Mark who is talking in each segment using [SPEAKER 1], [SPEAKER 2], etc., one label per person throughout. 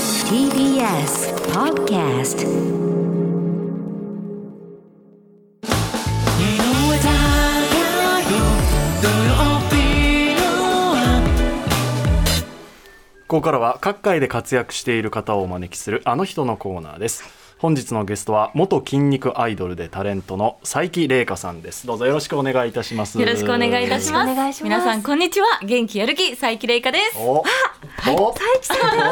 [SPEAKER 1] TBS Podcast
[SPEAKER 2] ここからは各界で活躍している方をお招きするあの人のコーナーです本日のゲストは元筋肉アイドルでタレントの佐伯玲香さんですどうぞよろしくお願いいたします
[SPEAKER 3] よろしくお願いいたしま
[SPEAKER 1] よろしくお願いします
[SPEAKER 3] す。皆さん、こんにちは。元気やる気、佐伯玲香です。
[SPEAKER 2] おお
[SPEAKER 1] さん出ました
[SPEAKER 3] あの、以前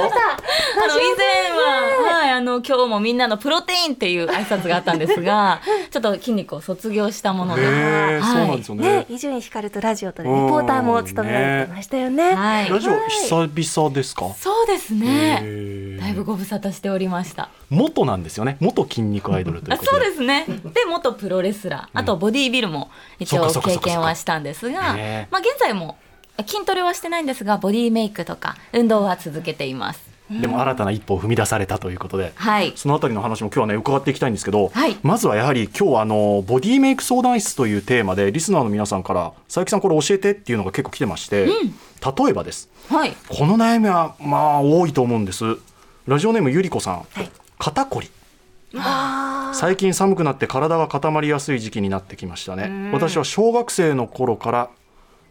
[SPEAKER 3] は、はい、あの、今日もみんなのプロテインっていう挨拶があったんで すが、ちょっと筋肉を卒業したもので、
[SPEAKER 2] ねえそうなん
[SPEAKER 3] は
[SPEAKER 2] で
[SPEAKER 3] い
[SPEAKER 2] すよね
[SPEAKER 1] ね伊集院光とラジオとでリポーターも務められてましたよね
[SPEAKER 3] はい
[SPEAKER 2] ラジオ久々ですか、
[SPEAKER 3] そうですね。
[SPEAKER 2] へえ
[SPEAKER 3] だいぶご無沙汰しておりました。
[SPEAKER 2] 元なんですよね元筋肉アイドルとい
[SPEAKER 3] あ
[SPEAKER 2] うことで
[SPEAKER 3] そうですね。で、元プロレスラー、あとボディービルも一応
[SPEAKER 2] そうかそうかそう
[SPEAKER 3] 経
[SPEAKER 2] か
[SPEAKER 3] 験はしたんですが
[SPEAKER 2] ねえ、
[SPEAKER 3] まあ現在も筋トレはしてないんですが、ボディメイクとか運動は続けています。
[SPEAKER 2] でも新たな一歩を踏み出されたということで、
[SPEAKER 3] はい。
[SPEAKER 2] そのあたりの話も今日はね伺っていきたいんですけど、
[SPEAKER 3] はい
[SPEAKER 2] まずはやはり今日はあのボディメイク相談室というテーマでリスナーの皆さんから佐伯さんこれ教えてっていうのが結構来てまして、例えばです
[SPEAKER 3] はい。
[SPEAKER 2] この悩みはまあ多いと思うんですラジオネームゆりこさん、肩こり最近寒くなって体が固まりやすい時期になってきましたね私は小学生の頃から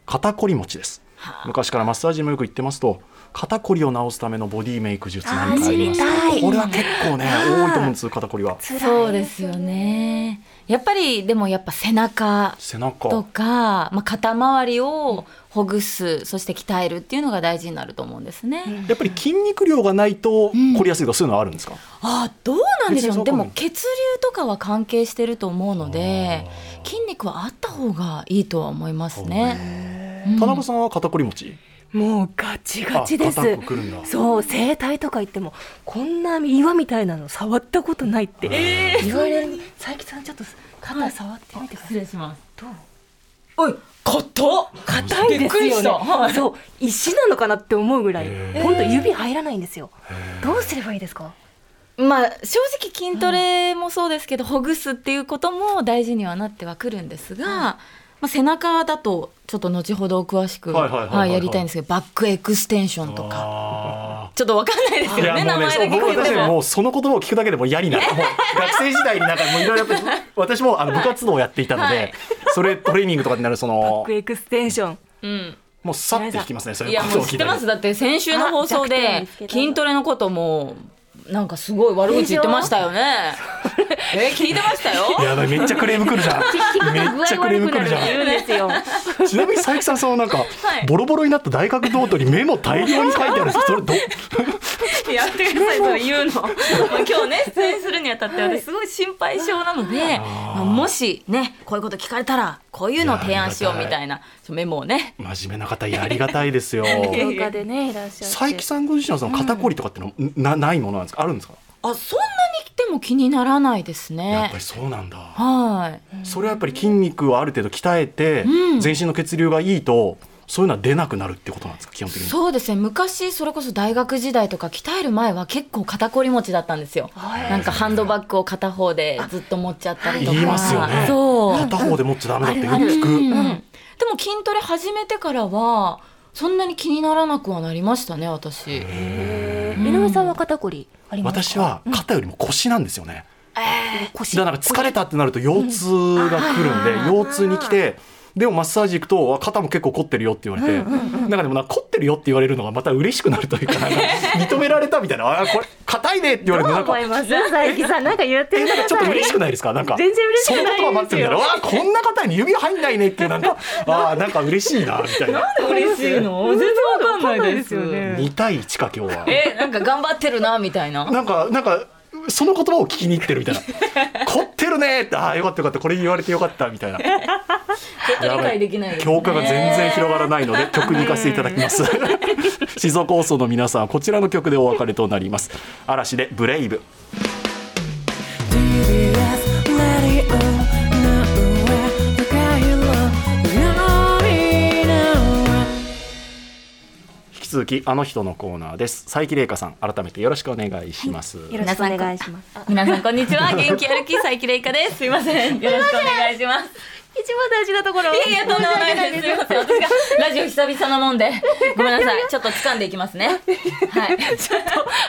[SPEAKER 2] 肩こり持ちです昔からマッサージにもよく行ってますと肩こりを治すためのボディメイク術なんかあります
[SPEAKER 1] あー知りたい
[SPEAKER 2] これは結構ね多いと思うんです肩こりは
[SPEAKER 3] そうですよね。やっぱりでもやっぱ背中
[SPEAKER 2] 背中
[SPEAKER 3] とか、まあ、肩周りをほぐすそして鍛えるっていうのが大事になると思うんですね。
[SPEAKER 2] やっぱり筋肉量がないと凝りやすいとかそういうのはあるんですか、
[SPEAKER 3] あどうなんで
[SPEAKER 2] 別
[SPEAKER 3] しょ
[SPEAKER 2] に
[SPEAKER 3] う
[SPEAKER 2] そうか
[SPEAKER 3] で
[SPEAKER 2] も
[SPEAKER 3] も血流とかは関係してると思うので筋肉はあった方がいいとは思いますね。
[SPEAKER 2] 田中さんは肩こり持ち
[SPEAKER 4] もうガチガチです
[SPEAKER 2] あ肩こくるんだ
[SPEAKER 4] そう整体とか行ってもこんな岩みたいなの触ったことないって言われる佐伯さんちょっと肩触ってみてください、
[SPEAKER 3] 礼します。
[SPEAKER 4] どう
[SPEAKER 3] おい硬っ
[SPEAKER 4] 硬いです
[SPEAKER 3] びっくり
[SPEAKER 4] よ
[SPEAKER 3] し
[SPEAKER 4] ね
[SPEAKER 3] たはい
[SPEAKER 4] そう石なのかなって思うぐらい
[SPEAKER 2] へー
[SPEAKER 4] 本当指入らないんですよどうすればいいですか
[SPEAKER 3] まあ正直筋トレもそうですけど、ほぐすっていうことも大事にはなってはくるんですが、まあ、背中だとちょっと後ほど詳しく
[SPEAKER 2] はいはいはいはいはい
[SPEAKER 3] はいやりたいんですけどバックエクステンションとか
[SPEAKER 2] か
[SPEAKER 3] ちょっとわかんないです
[SPEAKER 2] い
[SPEAKER 3] よ
[SPEAKER 2] や
[SPEAKER 3] ね
[SPEAKER 2] も
[SPEAKER 3] 名
[SPEAKER 2] うね、
[SPEAKER 3] 前だ
[SPEAKER 2] そう
[SPEAKER 3] け
[SPEAKER 2] 僕は
[SPEAKER 3] 聞い
[SPEAKER 2] 確
[SPEAKER 3] て
[SPEAKER 2] かに
[SPEAKER 3] も。
[SPEAKER 2] もうその言葉を聞くだけでもう嫌になる。もう学生時代になんかもういろいろやって、私もあの部活動をやっていたので、
[SPEAKER 3] はい
[SPEAKER 2] それトレーニングとかになるそ
[SPEAKER 4] バッ
[SPEAKER 2] の
[SPEAKER 4] ク、エクステンション
[SPEAKER 3] うん
[SPEAKER 2] もうさって引きますね、それ
[SPEAKER 3] いやもう知ってますだって先週の放送
[SPEAKER 4] あ弱点
[SPEAKER 3] で
[SPEAKER 4] 見つけた
[SPEAKER 3] 筋トレのこともなんかすごい悪口言ってましたよね え聞いてましたよ
[SPEAKER 2] やばい、めっちゃクレーム来るじゃ ん。めっちゃクレーム来 るじゃ
[SPEAKER 4] 言うんですよ
[SPEAKER 2] ん。ちなみに佐伯さん、そのなんか、
[SPEAKER 3] い
[SPEAKER 2] ボロボロになった大学ノートにメモ大量に書いてあるんですそれど、
[SPEAKER 3] やってください それ言う のまあ今日ね出演するにあたって私すごい心配性なので、まあもしねこういうこと聞かれたらこういうのを提案しようみたいなそうメモをね
[SPEAKER 2] 真面目な方、いやありがたいですよ。
[SPEAKER 4] 廊下でねいらっしゃって
[SPEAKER 2] 佐伯さんご自身はその肩こりとかってのは、なないものなんですかあるんですか
[SPEAKER 3] あそんなにでも気にならないです
[SPEAKER 2] やっ
[SPEAKER 3] ね
[SPEAKER 2] ぱりそうなんだ。
[SPEAKER 3] はい
[SPEAKER 2] それはやっぱり筋肉をある程度鍛えて、
[SPEAKER 3] うん
[SPEAKER 2] 全身の血流がいいとそういうのは出なくなるってことなんですか基本的に
[SPEAKER 3] そうですね昔それこそ大学時代とか鍛える前は結構肩こり持ちだったんですよ
[SPEAKER 4] はい
[SPEAKER 3] なんかハンドバッグを片方でずっと持っちゃったりとか
[SPEAKER 2] 言いますよね
[SPEAKER 3] そう
[SPEAKER 2] 片方で持っちゃダメだってよく聞く、
[SPEAKER 3] うんでも筋トレ始めてからはそんなに気にならなくはなりましたね私
[SPEAKER 4] へー井上さんは肩こりありますか
[SPEAKER 2] 私は肩よりも腰なんですよね、
[SPEAKER 4] 腰
[SPEAKER 2] だから疲れたってなると腰痛が来るんで、腰痛に来てでもマッサージ行くとあ肩も結構凝ってるよって言われて、なんかでもな凝ってるよって言われるのがまた嬉しくなるというかなんか認められたみたいなあこれ硬いねって言われてなんか
[SPEAKER 4] 思います佐伯さんなんか言って
[SPEAKER 2] え
[SPEAKER 4] く
[SPEAKER 2] なん
[SPEAKER 4] だ
[SPEAKER 2] か
[SPEAKER 4] さい
[SPEAKER 2] ちょっと嬉しくないですかなんか
[SPEAKER 4] 全然嬉しくないですよ
[SPEAKER 2] そんなことが待ってるんだろうわあこんな方に指入んないねっていうなん かああなんか嬉しいなみたいな
[SPEAKER 3] 嬉しいの全然わかんないですよね
[SPEAKER 2] 2対1か今日は
[SPEAKER 3] えなんか頑張ってるなみたいな
[SPEAKER 2] なんかなんかその言葉を聞きに行ってるみたい な凝ってるねってああよかったよかったこれ言われてよかったみたいな
[SPEAKER 3] 理解できないですね
[SPEAKER 2] 教科が全然広がらないので曲に行かせていただきます 静岡放送の皆さんはこちらの曲でお別れとなります嵐でブレイブ
[SPEAKER 5] TBS ラディオの上高い色のいのは
[SPEAKER 2] 引きき続きあの人のコーナーです佐伯玲香さん改めてよろしくお願いします、
[SPEAKER 4] よろしくお願いします。
[SPEAKER 3] 皆さんこんにちは元気やる気佐伯玲香ですすいませ んよろしくお願いします
[SPEAKER 4] 一番大事なところ
[SPEAKER 3] いやいやとんでもないですすいませ ん私がラジオ久々なもんでごめんなさいちょっと掴んでいきますねはい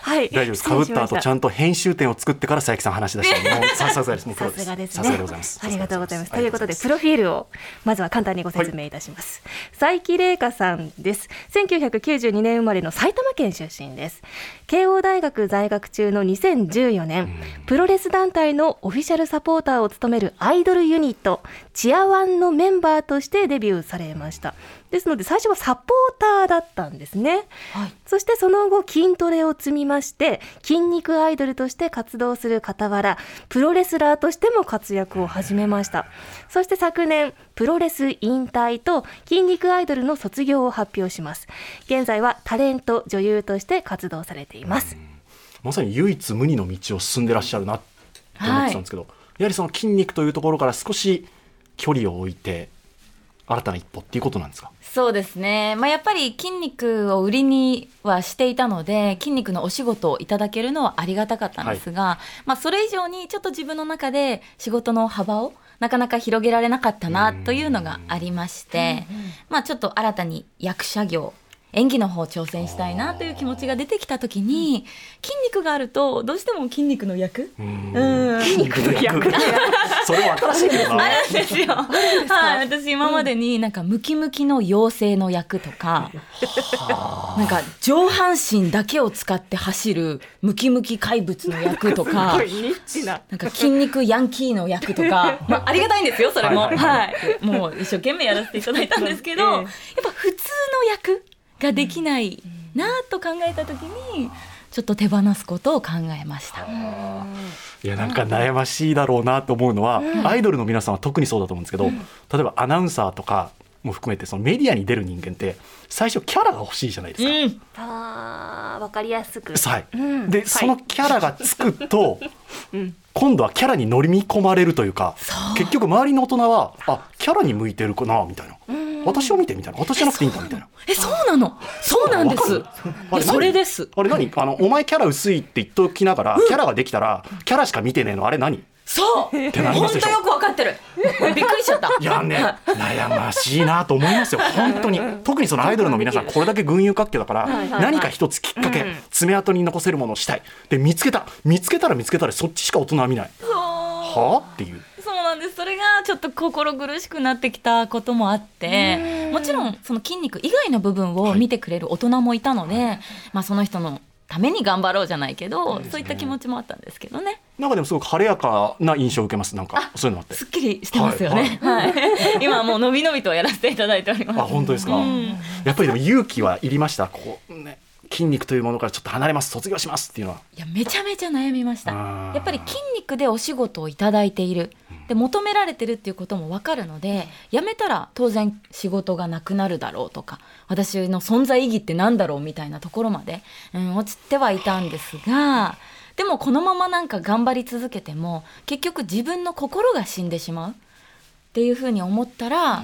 [SPEAKER 4] はい。
[SPEAKER 2] 大丈夫です。かぶった後ちゃ
[SPEAKER 4] ん
[SPEAKER 2] んと編集点を作ってから佐伯さん話し出したのもうさすがです。もうプロ
[SPEAKER 4] さ
[SPEAKER 2] です。
[SPEAKER 4] がですす
[SPEAKER 2] さ
[SPEAKER 4] ね。
[SPEAKER 2] すがでございます。
[SPEAKER 4] ありがとうございます。
[SPEAKER 2] さ
[SPEAKER 4] と
[SPEAKER 2] す
[SPEAKER 4] い
[SPEAKER 2] が
[SPEAKER 4] うことで、
[SPEAKER 2] ござ
[SPEAKER 4] プロフィールを、まずは簡単にご説明いたします。佐伯玲香さんです。1992年生まれの埼玉県出身です。慶応大学在学中の2014年、プロレス団体のオフィシャルサポーターを務めるアイドルユニット、チアワンのメンバーとしてデビューされました。ですので、最初はサポーターだったんですね。そしてその後筋トレを積みまして筋肉アイドルとして活動する傍らプロレスラーとしても活躍を始めましたそして昨年プロレス引退と筋肉アイドルの卒業を発表します現在はタレント女優として活動されています
[SPEAKER 2] まさに唯一無二の道を進んでらっしゃるなって思ってたんですけど、やはりその筋肉というところから少し距離を置いて新たな一歩っていうことなんです か。
[SPEAKER 3] そうですね、まあ、やっぱり筋肉を売りにはしていたので筋肉のお仕事をいただけるのはありがたかったんですが、まあ、それ以上にちょっと自分の中で仕事の幅をなかなか広げられなかったなというのがありまして、まあ、ちょっと新たに役者業演技の方挑戦したいなという気持ちが出てきた時に筋肉があるとどうしても筋肉の役うん
[SPEAKER 2] 筋肉の役。それも新しい けどな。
[SPEAKER 3] あるん ですよ。はい、私今までになんかムキムキの妖精の役とか、なんか上半身だけを使って走るムキムキ怪物の役とか。
[SPEAKER 4] ニッチな
[SPEAKER 3] なんか筋肉ヤンキーの役とか、 まあ、ありがたいんですよそれも、
[SPEAKER 2] は
[SPEAKER 3] はいい
[SPEAKER 2] は
[SPEAKER 3] もう一生懸命やらせていただいたんですけ ど、やっぱ普通の役ができないなと考えた時にちょっと手放すことを考えました。
[SPEAKER 2] いやなんか悩ましいだろうなと思うのは、アイドルの皆さんは特にそうだと思うんですけど、例えばアナウンサーとかも含めてそのメディアに出る人間って最初キャラが欲しいじゃないですか。
[SPEAKER 3] うん
[SPEAKER 4] あーわかりやすく
[SPEAKER 2] はい
[SPEAKER 4] うん
[SPEAKER 2] で、そのキャラがつく と、今度はキャラに乗り込まれるというか結局周りの大人はあキャラに向いてるかなみたいな私を見てみたいな私じゃなくていいんだみたいな
[SPEAKER 3] え、そうなの。そうなんです
[SPEAKER 2] わか。あれ
[SPEAKER 3] それ
[SPEAKER 2] 何
[SPEAKER 3] です。
[SPEAKER 2] あれ何あのお前キャラ薄いって言っときながら、キャラができたらキャラしか見てねえのあれ何
[SPEAKER 3] そう。
[SPEAKER 2] てなりま
[SPEAKER 3] 本
[SPEAKER 2] すでしょ
[SPEAKER 3] 当よくわかっ てる。びっくりしちゃった。
[SPEAKER 2] いやね、悩ましいなと思いますよ、本当に、特にそのアイドルの皆さん、これだけ群雄割拠だから、何か一つきっかけ、爪痕に残せるものをしたい、で見つけた、見つけたら見つけたら、そっちしか大人は見ない、
[SPEAKER 3] そう。
[SPEAKER 2] はあっていう、
[SPEAKER 3] そうなんです。それがちょっと心苦しくなってきたこともあって、もちろんその筋肉以外の部分を見てくれる大人もいたので、まあその人のために頑張ろうじゃないけど、そういった気持ちもあったんですけどね。
[SPEAKER 2] なんかでもすごく晴れやかな印象を受けます、なんか、そういうのあって。
[SPEAKER 3] すっきりしてますよね。はい。 今はもうのびのびとやらせていただいております。
[SPEAKER 2] あ本当ですか、
[SPEAKER 3] うん
[SPEAKER 2] やっぱりでも勇気はいりました、こうね、筋肉というものからちょっと離れます、卒業しますっていうのは。
[SPEAKER 3] いやめちゃめちゃ悩みました
[SPEAKER 2] あー
[SPEAKER 3] やっぱり筋肉でお仕事をいただいているで求められてるっていうことも分かるので辞めたら当然仕事がなくなるだろうとか私の存在意義ってなんだろうみたいなところまで、うん、落ちてはいたんですがでもこのままなんか頑張り続けても結局自分の心が死んでしまうっていうふうに思ったら、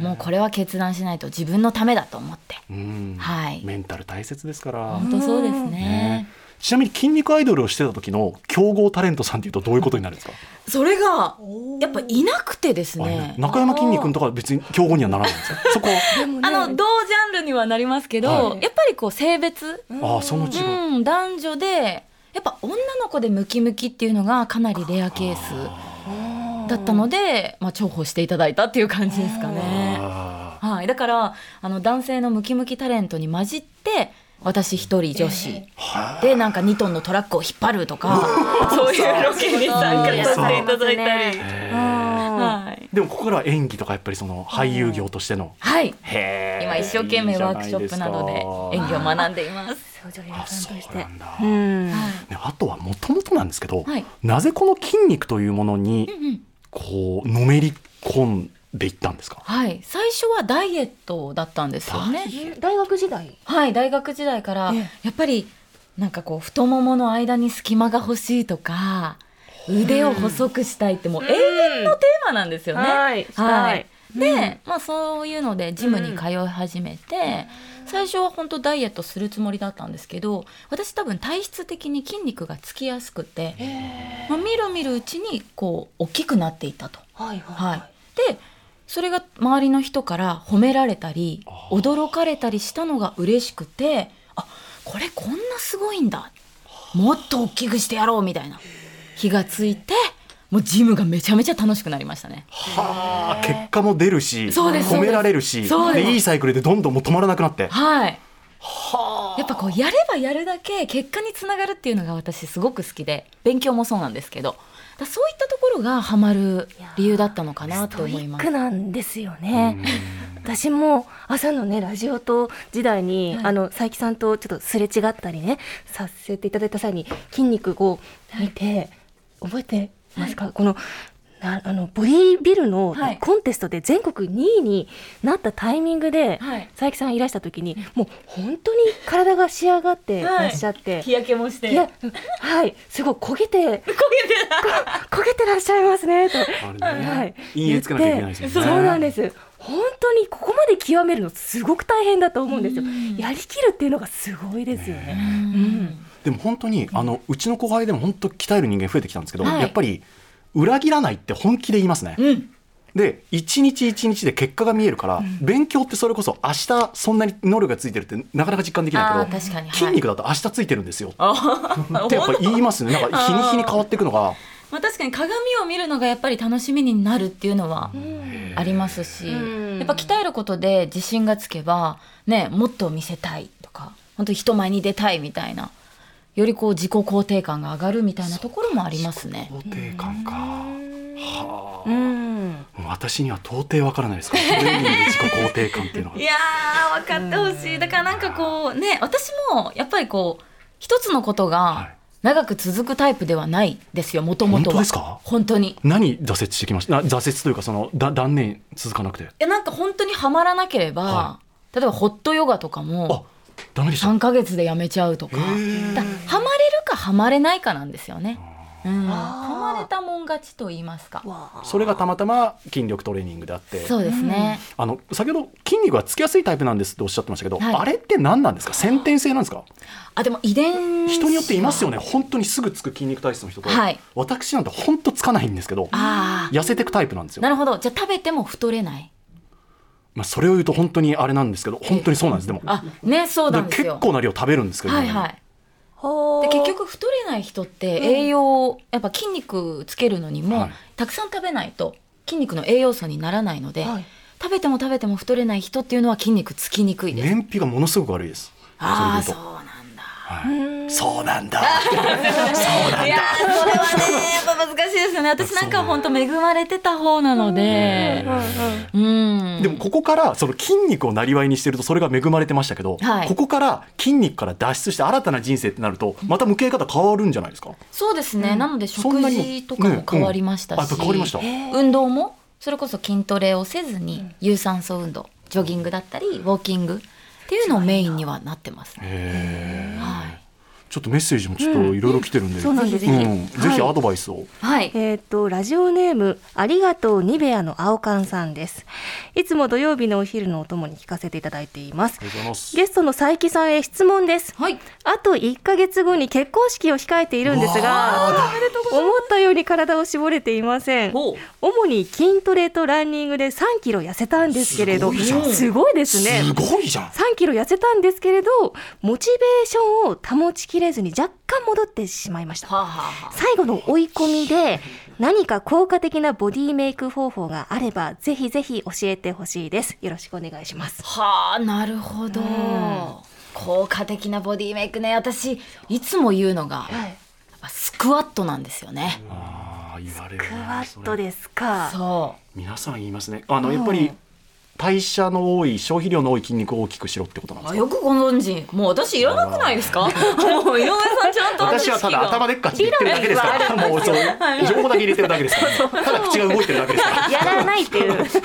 [SPEAKER 3] もうこれは決断しないと自分のためだと思って
[SPEAKER 2] うん
[SPEAKER 3] はい
[SPEAKER 2] メンタル大切ですから、
[SPEAKER 3] 本当そうですね
[SPEAKER 2] ね。ちなみに筋肉アイドルをしてた時の競合タレントさんっていうとどういうことになるんですか、
[SPEAKER 3] それがやっぱいなくてです
[SPEAKER 2] あいい
[SPEAKER 3] ね
[SPEAKER 2] ね中山きんに君とかは別に競合にはならないんですよそこは
[SPEAKER 3] あの同ジャンルにはなりますけど、
[SPEAKER 2] はい
[SPEAKER 3] やっぱりこう性別、
[SPEAKER 2] ああその違う、
[SPEAKER 3] うん、男女でやっぱ女の子でムキムキっていうのがかなりレアケースだったので、まあ、重宝していただいたっていう感じですかね。
[SPEAKER 2] あ
[SPEAKER 3] はい、だからあの男性のムキムキタレントに混じって私一人女子でなんか2トンのトラックを引っ張るとか そういうロケに参加させていただいたり。はい
[SPEAKER 2] ーでもここからは演技とかやっぱりその俳優業としての、
[SPEAKER 3] はい
[SPEAKER 2] へー
[SPEAKER 3] 今一生懸命ワークショップなどで演技を学んでいます。
[SPEAKER 4] 女優
[SPEAKER 2] あ
[SPEAKER 4] さ
[SPEAKER 2] そ
[SPEAKER 4] んとし
[SPEAKER 2] う
[SPEAKER 4] て
[SPEAKER 2] なんだ、
[SPEAKER 4] うん
[SPEAKER 2] ねあとはもともとなんですけど、
[SPEAKER 3] はい
[SPEAKER 2] なぜこの筋肉というものに
[SPEAKER 3] うん
[SPEAKER 2] こうのめり込んでいったんですか
[SPEAKER 3] はい、最初はダイエットだったんですよね。
[SPEAKER 4] 大学時代
[SPEAKER 3] はい、大学時代からやっぱりなんかこう太ももの間に隙間が欲しいとか、腕を細くしたいってもう永遠のテーマなんですよね。
[SPEAKER 4] はいしたい
[SPEAKER 3] で、まあ、そういうのでジムに通い始めて、最初は本当ダイエットするつもりだったんですけど私多分体質的に筋肉がつきやすくて、まあ、みるみるうちにこう大きくなっていったと。
[SPEAKER 1] はいはい
[SPEAKER 3] はい、でそれが周りの人から褒められたり驚かれたりしたのが嬉しくてあこれこんなすごいんだもっと大きくしてやろうみたいな気がついてもうジムがめちゃめちゃ楽しくなりましたね。
[SPEAKER 2] はあ結果も出るし
[SPEAKER 3] そうです
[SPEAKER 2] 褒められるし
[SPEAKER 3] そうです
[SPEAKER 2] でいいサイクルでどんどんもう止まらなくなって
[SPEAKER 3] はいやっぱこうやればやるだけ結果につながるっていうのが私すごく好きで勉強もそうなんですけどだからそういったところがハマる理由だったのかな
[SPEAKER 1] ス
[SPEAKER 3] と
[SPEAKER 1] トイ
[SPEAKER 3] 思い
[SPEAKER 1] ッ
[SPEAKER 3] ます
[SPEAKER 1] ク。なんですよね。私も朝のねラジオと時代に、
[SPEAKER 3] はい
[SPEAKER 1] あの佐伯さんとちょっとすれ違ったりねさせていただいた際に筋肉を見て、覚えてますか、このなあのボディービルの
[SPEAKER 3] はい
[SPEAKER 1] コンテストで全国2位になったタイミングで、
[SPEAKER 3] はい
[SPEAKER 1] 佐伯さんいらした時にもう本当に体が仕上がっていらっしゃって、
[SPEAKER 3] 焼けもし
[SPEAKER 1] いやうんはいすごい焦げ て焦げてらっしゃいますねと。
[SPEAKER 2] あれね
[SPEAKER 1] はい、
[SPEAKER 2] 陰影つかなきゃいけないですよね
[SPEAKER 1] 言ってそうなんです本当にここまで極めるのすごく大変だと思うんですよやりきるっていうのがすごいですよね
[SPEAKER 3] うん
[SPEAKER 2] でも本当にあのうちの後輩でも本当鍛える人間増えてきたんですけど、
[SPEAKER 3] はい
[SPEAKER 2] やっぱり裏切らないって本気で言いますね。
[SPEAKER 3] うん
[SPEAKER 2] で一日一日で結果が見えるから、勉強ってそれこそ明日そんなに能力がついてるってなかなか実感でき
[SPEAKER 3] あ
[SPEAKER 2] な
[SPEAKER 3] あ
[SPEAKER 2] いけど
[SPEAKER 3] ー確かに、はい
[SPEAKER 2] 筋肉だと明日ついてるん ですよ
[SPEAKER 3] あー
[SPEAKER 2] ってやっぱ言いますねなんか日に日に変わっていくのが
[SPEAKER 3] まあ、確かに鏡を見るのがやっぱり楽しみになるっていうのはありますし、
[SPEAKER 1] うん
[SPEAKER 3] やっぱ鍛えることで自信がつけば、ね、もっと見せたいとか本当に人前に出たいみたいなよりこう自己肯定感が上がるみたいなところもありますね。
[SPEAKER 2] 肯定感か。はあ
[SPEAKER 1] うん
[SPEAKER 2] 私には到底わからないですからトレーニングで自己肯定感っていうのが
[SPEAKER 3] いやー分かってほしいだからなんかこうね私もやっぱりこう一つのこと
[SPEAKER 2] は
[SPEAKER 3] が
[SPEAKER 2] い
[SPEAKER 3] 長く続くタイプではないですよもとも
[SPEAKER 2] 本
[SPEAKER 3] とは。
[SPEAKER 2] 当ですか
[SPEAKER 3] 本当に
[SPEAKER 2] 何挫折してきましたな挫折というかそのだ断念続かなくて
[SPEAKER 3] いやなんか本当にはまらなければ、
[SPEAKER 2] は
[SPEAKER 3] 例えばホットヨガとか
[SPEAKER 2] あ
[SPEAKER 3] も
[SPEAKER 2] ダメでした
[SPEAKER 3] 3ヶ月でやめちゃうとかだからはまれるかはまれないかなんですよね。うん、はまれたもん勝ちと言いますか。
[SPEAKER 2] それがたまたま筋力トレーニングであって
[SPEAKER 3] そうですね、
[SPEAKER 2] あの先ほど筋肉がつきやすいタイプなんですっておっしゃってましたけど、
[SPEAKER 3] はい
[SPEAKER 2] あれって何なんですか先天性なんですか
[SPEAKER 3] あでも遺伝子
[SPEAKER 2] 人によっていますよ
[SPEAKER 3] ね。
[SPEAKER 2] ね本当にすぐつく筋肉体質の人と、
[SPEAKER 3] はい
[SPEAKER 2] 私なんて本当つかないんですけど
[SPEAKER 3] あ
[SPEAKER 2] 痩せていくタイプなんです
[SPEAKER 3] あ
[SPEAKER 2] よ
[SPEAKER 3] な、るほどじゃあ食べても太れない。
[SPEAKER 2] まあ、それを言うと本当にあれなんですけど本当にそうなんですでも
[SPEAKER 3] あねそうなんです
[SPEAKER 2] 結
[SPEAKER 3] よ。
[SPEAKER 2] 構な量食べるんですけど、
[SPEAKER 3] はいはい。で結局太れない人って栄養、やっぱ筋肉つけるのにも、
[SPEAKER 2] はい
[SPEAKER 3] たくさん食べないと筋肉の栄養素にならないので、食べても食べても太れない人っていうのは筋肉つきにくいです。
[SPEAKER 2] 燃費がものすごく悪いです
[SPEAKER 3] ああ
[SPEAKER 2] そ
[SPEAKER 3] そう
[SPEAKER 2] れで言うと
[SPEAKER 3] なんだ。
[SPEAKER 2] はいそうなん だ
[SPEAKER 3] いやーそれはねやっぱ難しいですよね。私なんか本当恵まれてた方なので、うん。
[SPEAKER 2] でもここからその筋肉をなりわいにしてるとそれが恵まれてましたけど、
[SPEAKER 3] はい
[SPEAKER 2] ここから筋肉から脱出して新たな人生ってなるとまた向き合い方変わるんじゃないですか
[SPEAKER 3] そうですね。なので
[SPEAKER 2] そん
[SPEAKER 3] 食
[SPEAKER 2] なにも
[SPEAKER 3] 事とかも変わりました
[SPEAKER 2] ねうんあやっ
[SPEAKER 3] し、
[SPEAKER 2] ぱ変わりました
[SPEAKER 3] 運動もそれこそ筋トレをせずに有酸素運動、ジョギングだったりウォーキングっていうのをメインにはなってますね。はい。
[SPEAKER 2] ちょっとメッセージもちょっといろいろ来てるんで、
[SPEAKER 1] そうなんですよ
[SPEAKER 2] うんぜひアドバイスを、
[SPEAKER 3] はい。
[SPEAKER 4] えーっとラジオネームありがとうニベアの青缶さんですいつも土曜日のお昼のお供に聞かせていただいています
[SPEAKER 2] ありがとうございます
[SPEAKER 4] ゲストの佐伯さんへ質問です
[SPEAKER 3] はい。
[SPEAKER 4] あと1ヶ月後に結婚式を控えているんですが思ったように体を絞れていません
[SPEAKER 3] ほう
[SPEAKER 4] 主に筋トレとランニングで3キロ痩せたんですけれ
[SPEAKER 2] す
[SPEAKER 4] ど
[SPEAKER 2] ごいじゃん
[SPEAKER 4] すごいですね
[SPEAKER 2] すごいじゃん
[SPEAKER 4] 3キロ痩せたんですけれどモチベーションを保ちきれずに若干戻ってしまいました
[SPEAKER 3] はあ、はあはあ、
[SPEAKER 4] 最後の追い込みで何か効果的なボディメイク方法があればぜひぜひ教えてほしいですよろしくお願いします
[SPEAKER 3] はあなるほど、効果的なボディメイクね私いつも言うのが、やっぱスクワットなんですよね、
[SPEAKER 2] ああ言われる
[SPEAKER 4] クワッ
[SPEAKER 2] そ
[SPEAKER 4] ト
[SPEAKER 2] れ
[SPEAKER 4] ですか
[SPEAKER 3] そ
[SPEAKER 2] 皆さん言いますねあのやっぱり代謝の多い消費量の多い筋肉を大きくしろってことなん
[SPEAKER 3] う
[SPEAKER 2] で
[SPEAKER 3] あ
[SPEAKER 2] す
[SPEAKER 3] よ
[SPEAKER 2] か
[SPEAKER 3] くご存知もう私いらなくない ですかもう井上さんちゃんと
[SPEAKER 2] 私はただ頭
[SPEAKER 3] で
[SPEAKER 2] でっかちで言ってるだけですからもうそう情報だけ入れてるだけですからただ口が動いてるだけですから
[SPEAKER 4] やらないっていうそ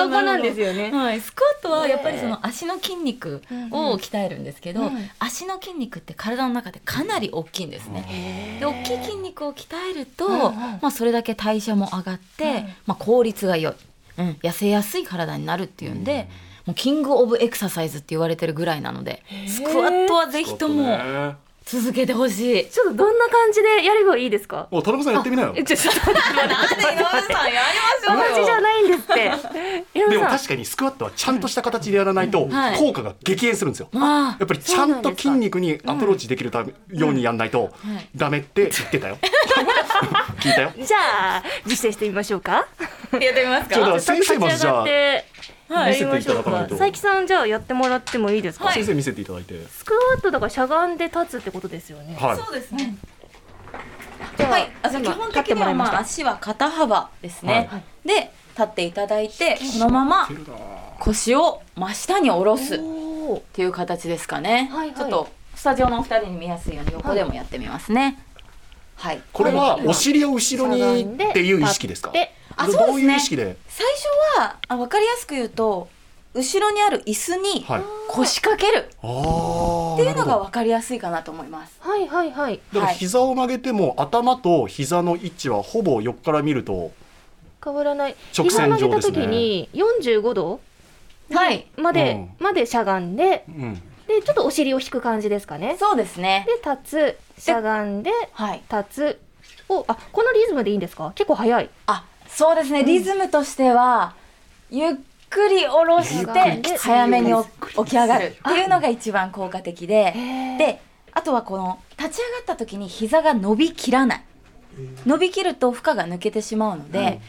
[SPEAKER 4] こなんですよね
[SPEAKER 3] はい、スクワットはやっぱりその足の筋肉を鍛えるんですけど、足の筋肉って体の中でかなり大きいんですね。で大きい筋肉を鍛えると、まあ、それだけ代謝も上がって、まあ、効率が良いうん、痩せやすい体になるっていうんで、もうキング・オブ・エクササイズって言われてるぐらいなのでスクワットはぜひとも
[SPEAKER 2] ね
[SPEAKER 3] 続けてほし い。
[SPEAKER 4] ちょっとどんな感じでやればいいですか
[SPEAKER 2] お田中さんやってみなよ
[SPEAKER 4] えちょちょっと待って
[SPEAKER 3] なんで井上さんやりましょうよ
[SPEAKER 4] 同じじゃないんですって 井
[SPEAKER 2] でも
[SPEAKER 4] 上さん
[SPEAKER 2] 確かにスクワットはちゃんとした形でやらないと
[SPEAKER 3] はい
[SPEAKER 2] 効果が激減するんですよ、
[SPEAKER 3] あ
[SPEAKER 2] やっぱりちゃんと筋肉にアプローチできるためようにやんないと
[SPEAKER 3] はい
[SPEAKER 2] ダメって言ってたよ聞いたよ
[SPEAKER 4] じゃあ実践してみましょうか
[SPEAKER 3] あやってみます
[SPEAKER 2] ちょっと
[SPEAKER 3] か。
[SPEAKER 2] 先生まずじゃあ
[SPEAKER 4] 立ち上がって
[SPEAKER 2] 見せ
[SPEAKER 4] やり
[SPEAKER 2] て
[SPEAKER 4] ま
[SPEAKER 2] い
[SPEAKER 4] し
[SPEAKER 2] た
[SPEAKER 4] ょう
[SPEAKER 2] だかないと
[SPEAKER 4] 佐伯さんじゃあやってもらってもいいですか、
[SPEAKER 2] 先生見せていただいて
[SPEAKER 4] スクワットだからしゃがんで立つってことですよね
[SPEAKER 2] はい
[SPEAKER 3] そうですね。
[SPEAKER 4] じゃあ
[SPEAKER 3] はい、あじゃあ基
[SPEAKER 4] 今
[SPEAKER 3] 本
[SPEAKER 4] 立っ
[SPEAKER 3] 的
[SPEAKER 4] て
[SPEAKER 3] に
[SPEAKER 4] もら
[SPEAKER 3] はい
[SPEAKER 4] まし
[SPEAKER 3] まあ
[SPEAKER 4] た
[SPEAKER 3] 足は肩幅ですね。
[SPEAKER 2] は
[SPEAKER 3] で立っていただいてこのまま腰を真下に下ろすっていう形ですかね。
[SPEAKER 4] はいはい
[SPEAKER 3] ちょっとスタジオのお二人に見やすいように横でもやってみますね。はい。
[SPEAKER 2] これはお尻を後ろにっていう意識ですか
[SPEAKER 4] しゃがんで
[SPEAKER 3] あ
[SPEAKER 2] ど
[SPEAKER 3] そうです
[SPEAKER 2] ど
[SPEAKER 3] ね
[SPEAKER 2] ういう意識で
[SPEAKER 3] 最初はあわかりやすく言うと後ろにある椅子に
[SPEAKER 2] はい
[SPEAKER 3] 腰掛ける
[SPEAKER 2] あー
[SPEAKER 3] っていう
[SPEAKER 2] な
[SPEAKER 3] の
[SPEAKER 2] るほ
[SPEAKER 3] が
[SPEAKER 2] ど
[SPEAKER 3] わかりやすいかなと思います。
[SPEAKER 4] はいはいはい
[SPEAKER 2] だから
[SPEAKER 3] はい
[SPEAKER 2] 膝を曲げても頭と膝の位置はほぼ横から見ると
[SPEAKER 4] 変わらない
[SPEAKER 2] 直線上ですね
[SPEAKER 4] 膝曲げた時に45度
[SPEAKER 3] はい。
[SPEAKER 4] まで、
[SPEAKER 2] う
[SPEAKER 4] までしゃがんで
[SPEAKER 2] うん
[SPEAKER 4] でちょっとお尻を引く感じですかね
[SPEAKER 3] そうですね。
[SPEAKER 4] で立つしゃがんで
[SPEAKER 3] はい。
[SPEAKER 4] 立つおあこのリズムでいいんですか結構早い
[SPEAKER 3] あそうですね、リズムとしてはゆっくり下ろ
[SPEAKER 4] ゆっ
[SPEAKER 3] し
[SPEAKER 4] く
[SPEAKER 3] て
[SPEAKER 4] りきついよ
[SPEAKER 3] 早めにお
[SPEAKER 4] ゆっ
[SPEAKER 3] 起き上がるっていうのが一番効果的で
[SPEAKER 4] ー
[SPEAKER 3] であとはこの立ち上がった時に膝が伸びきらない伸びきると負荷が抜けてしまうので、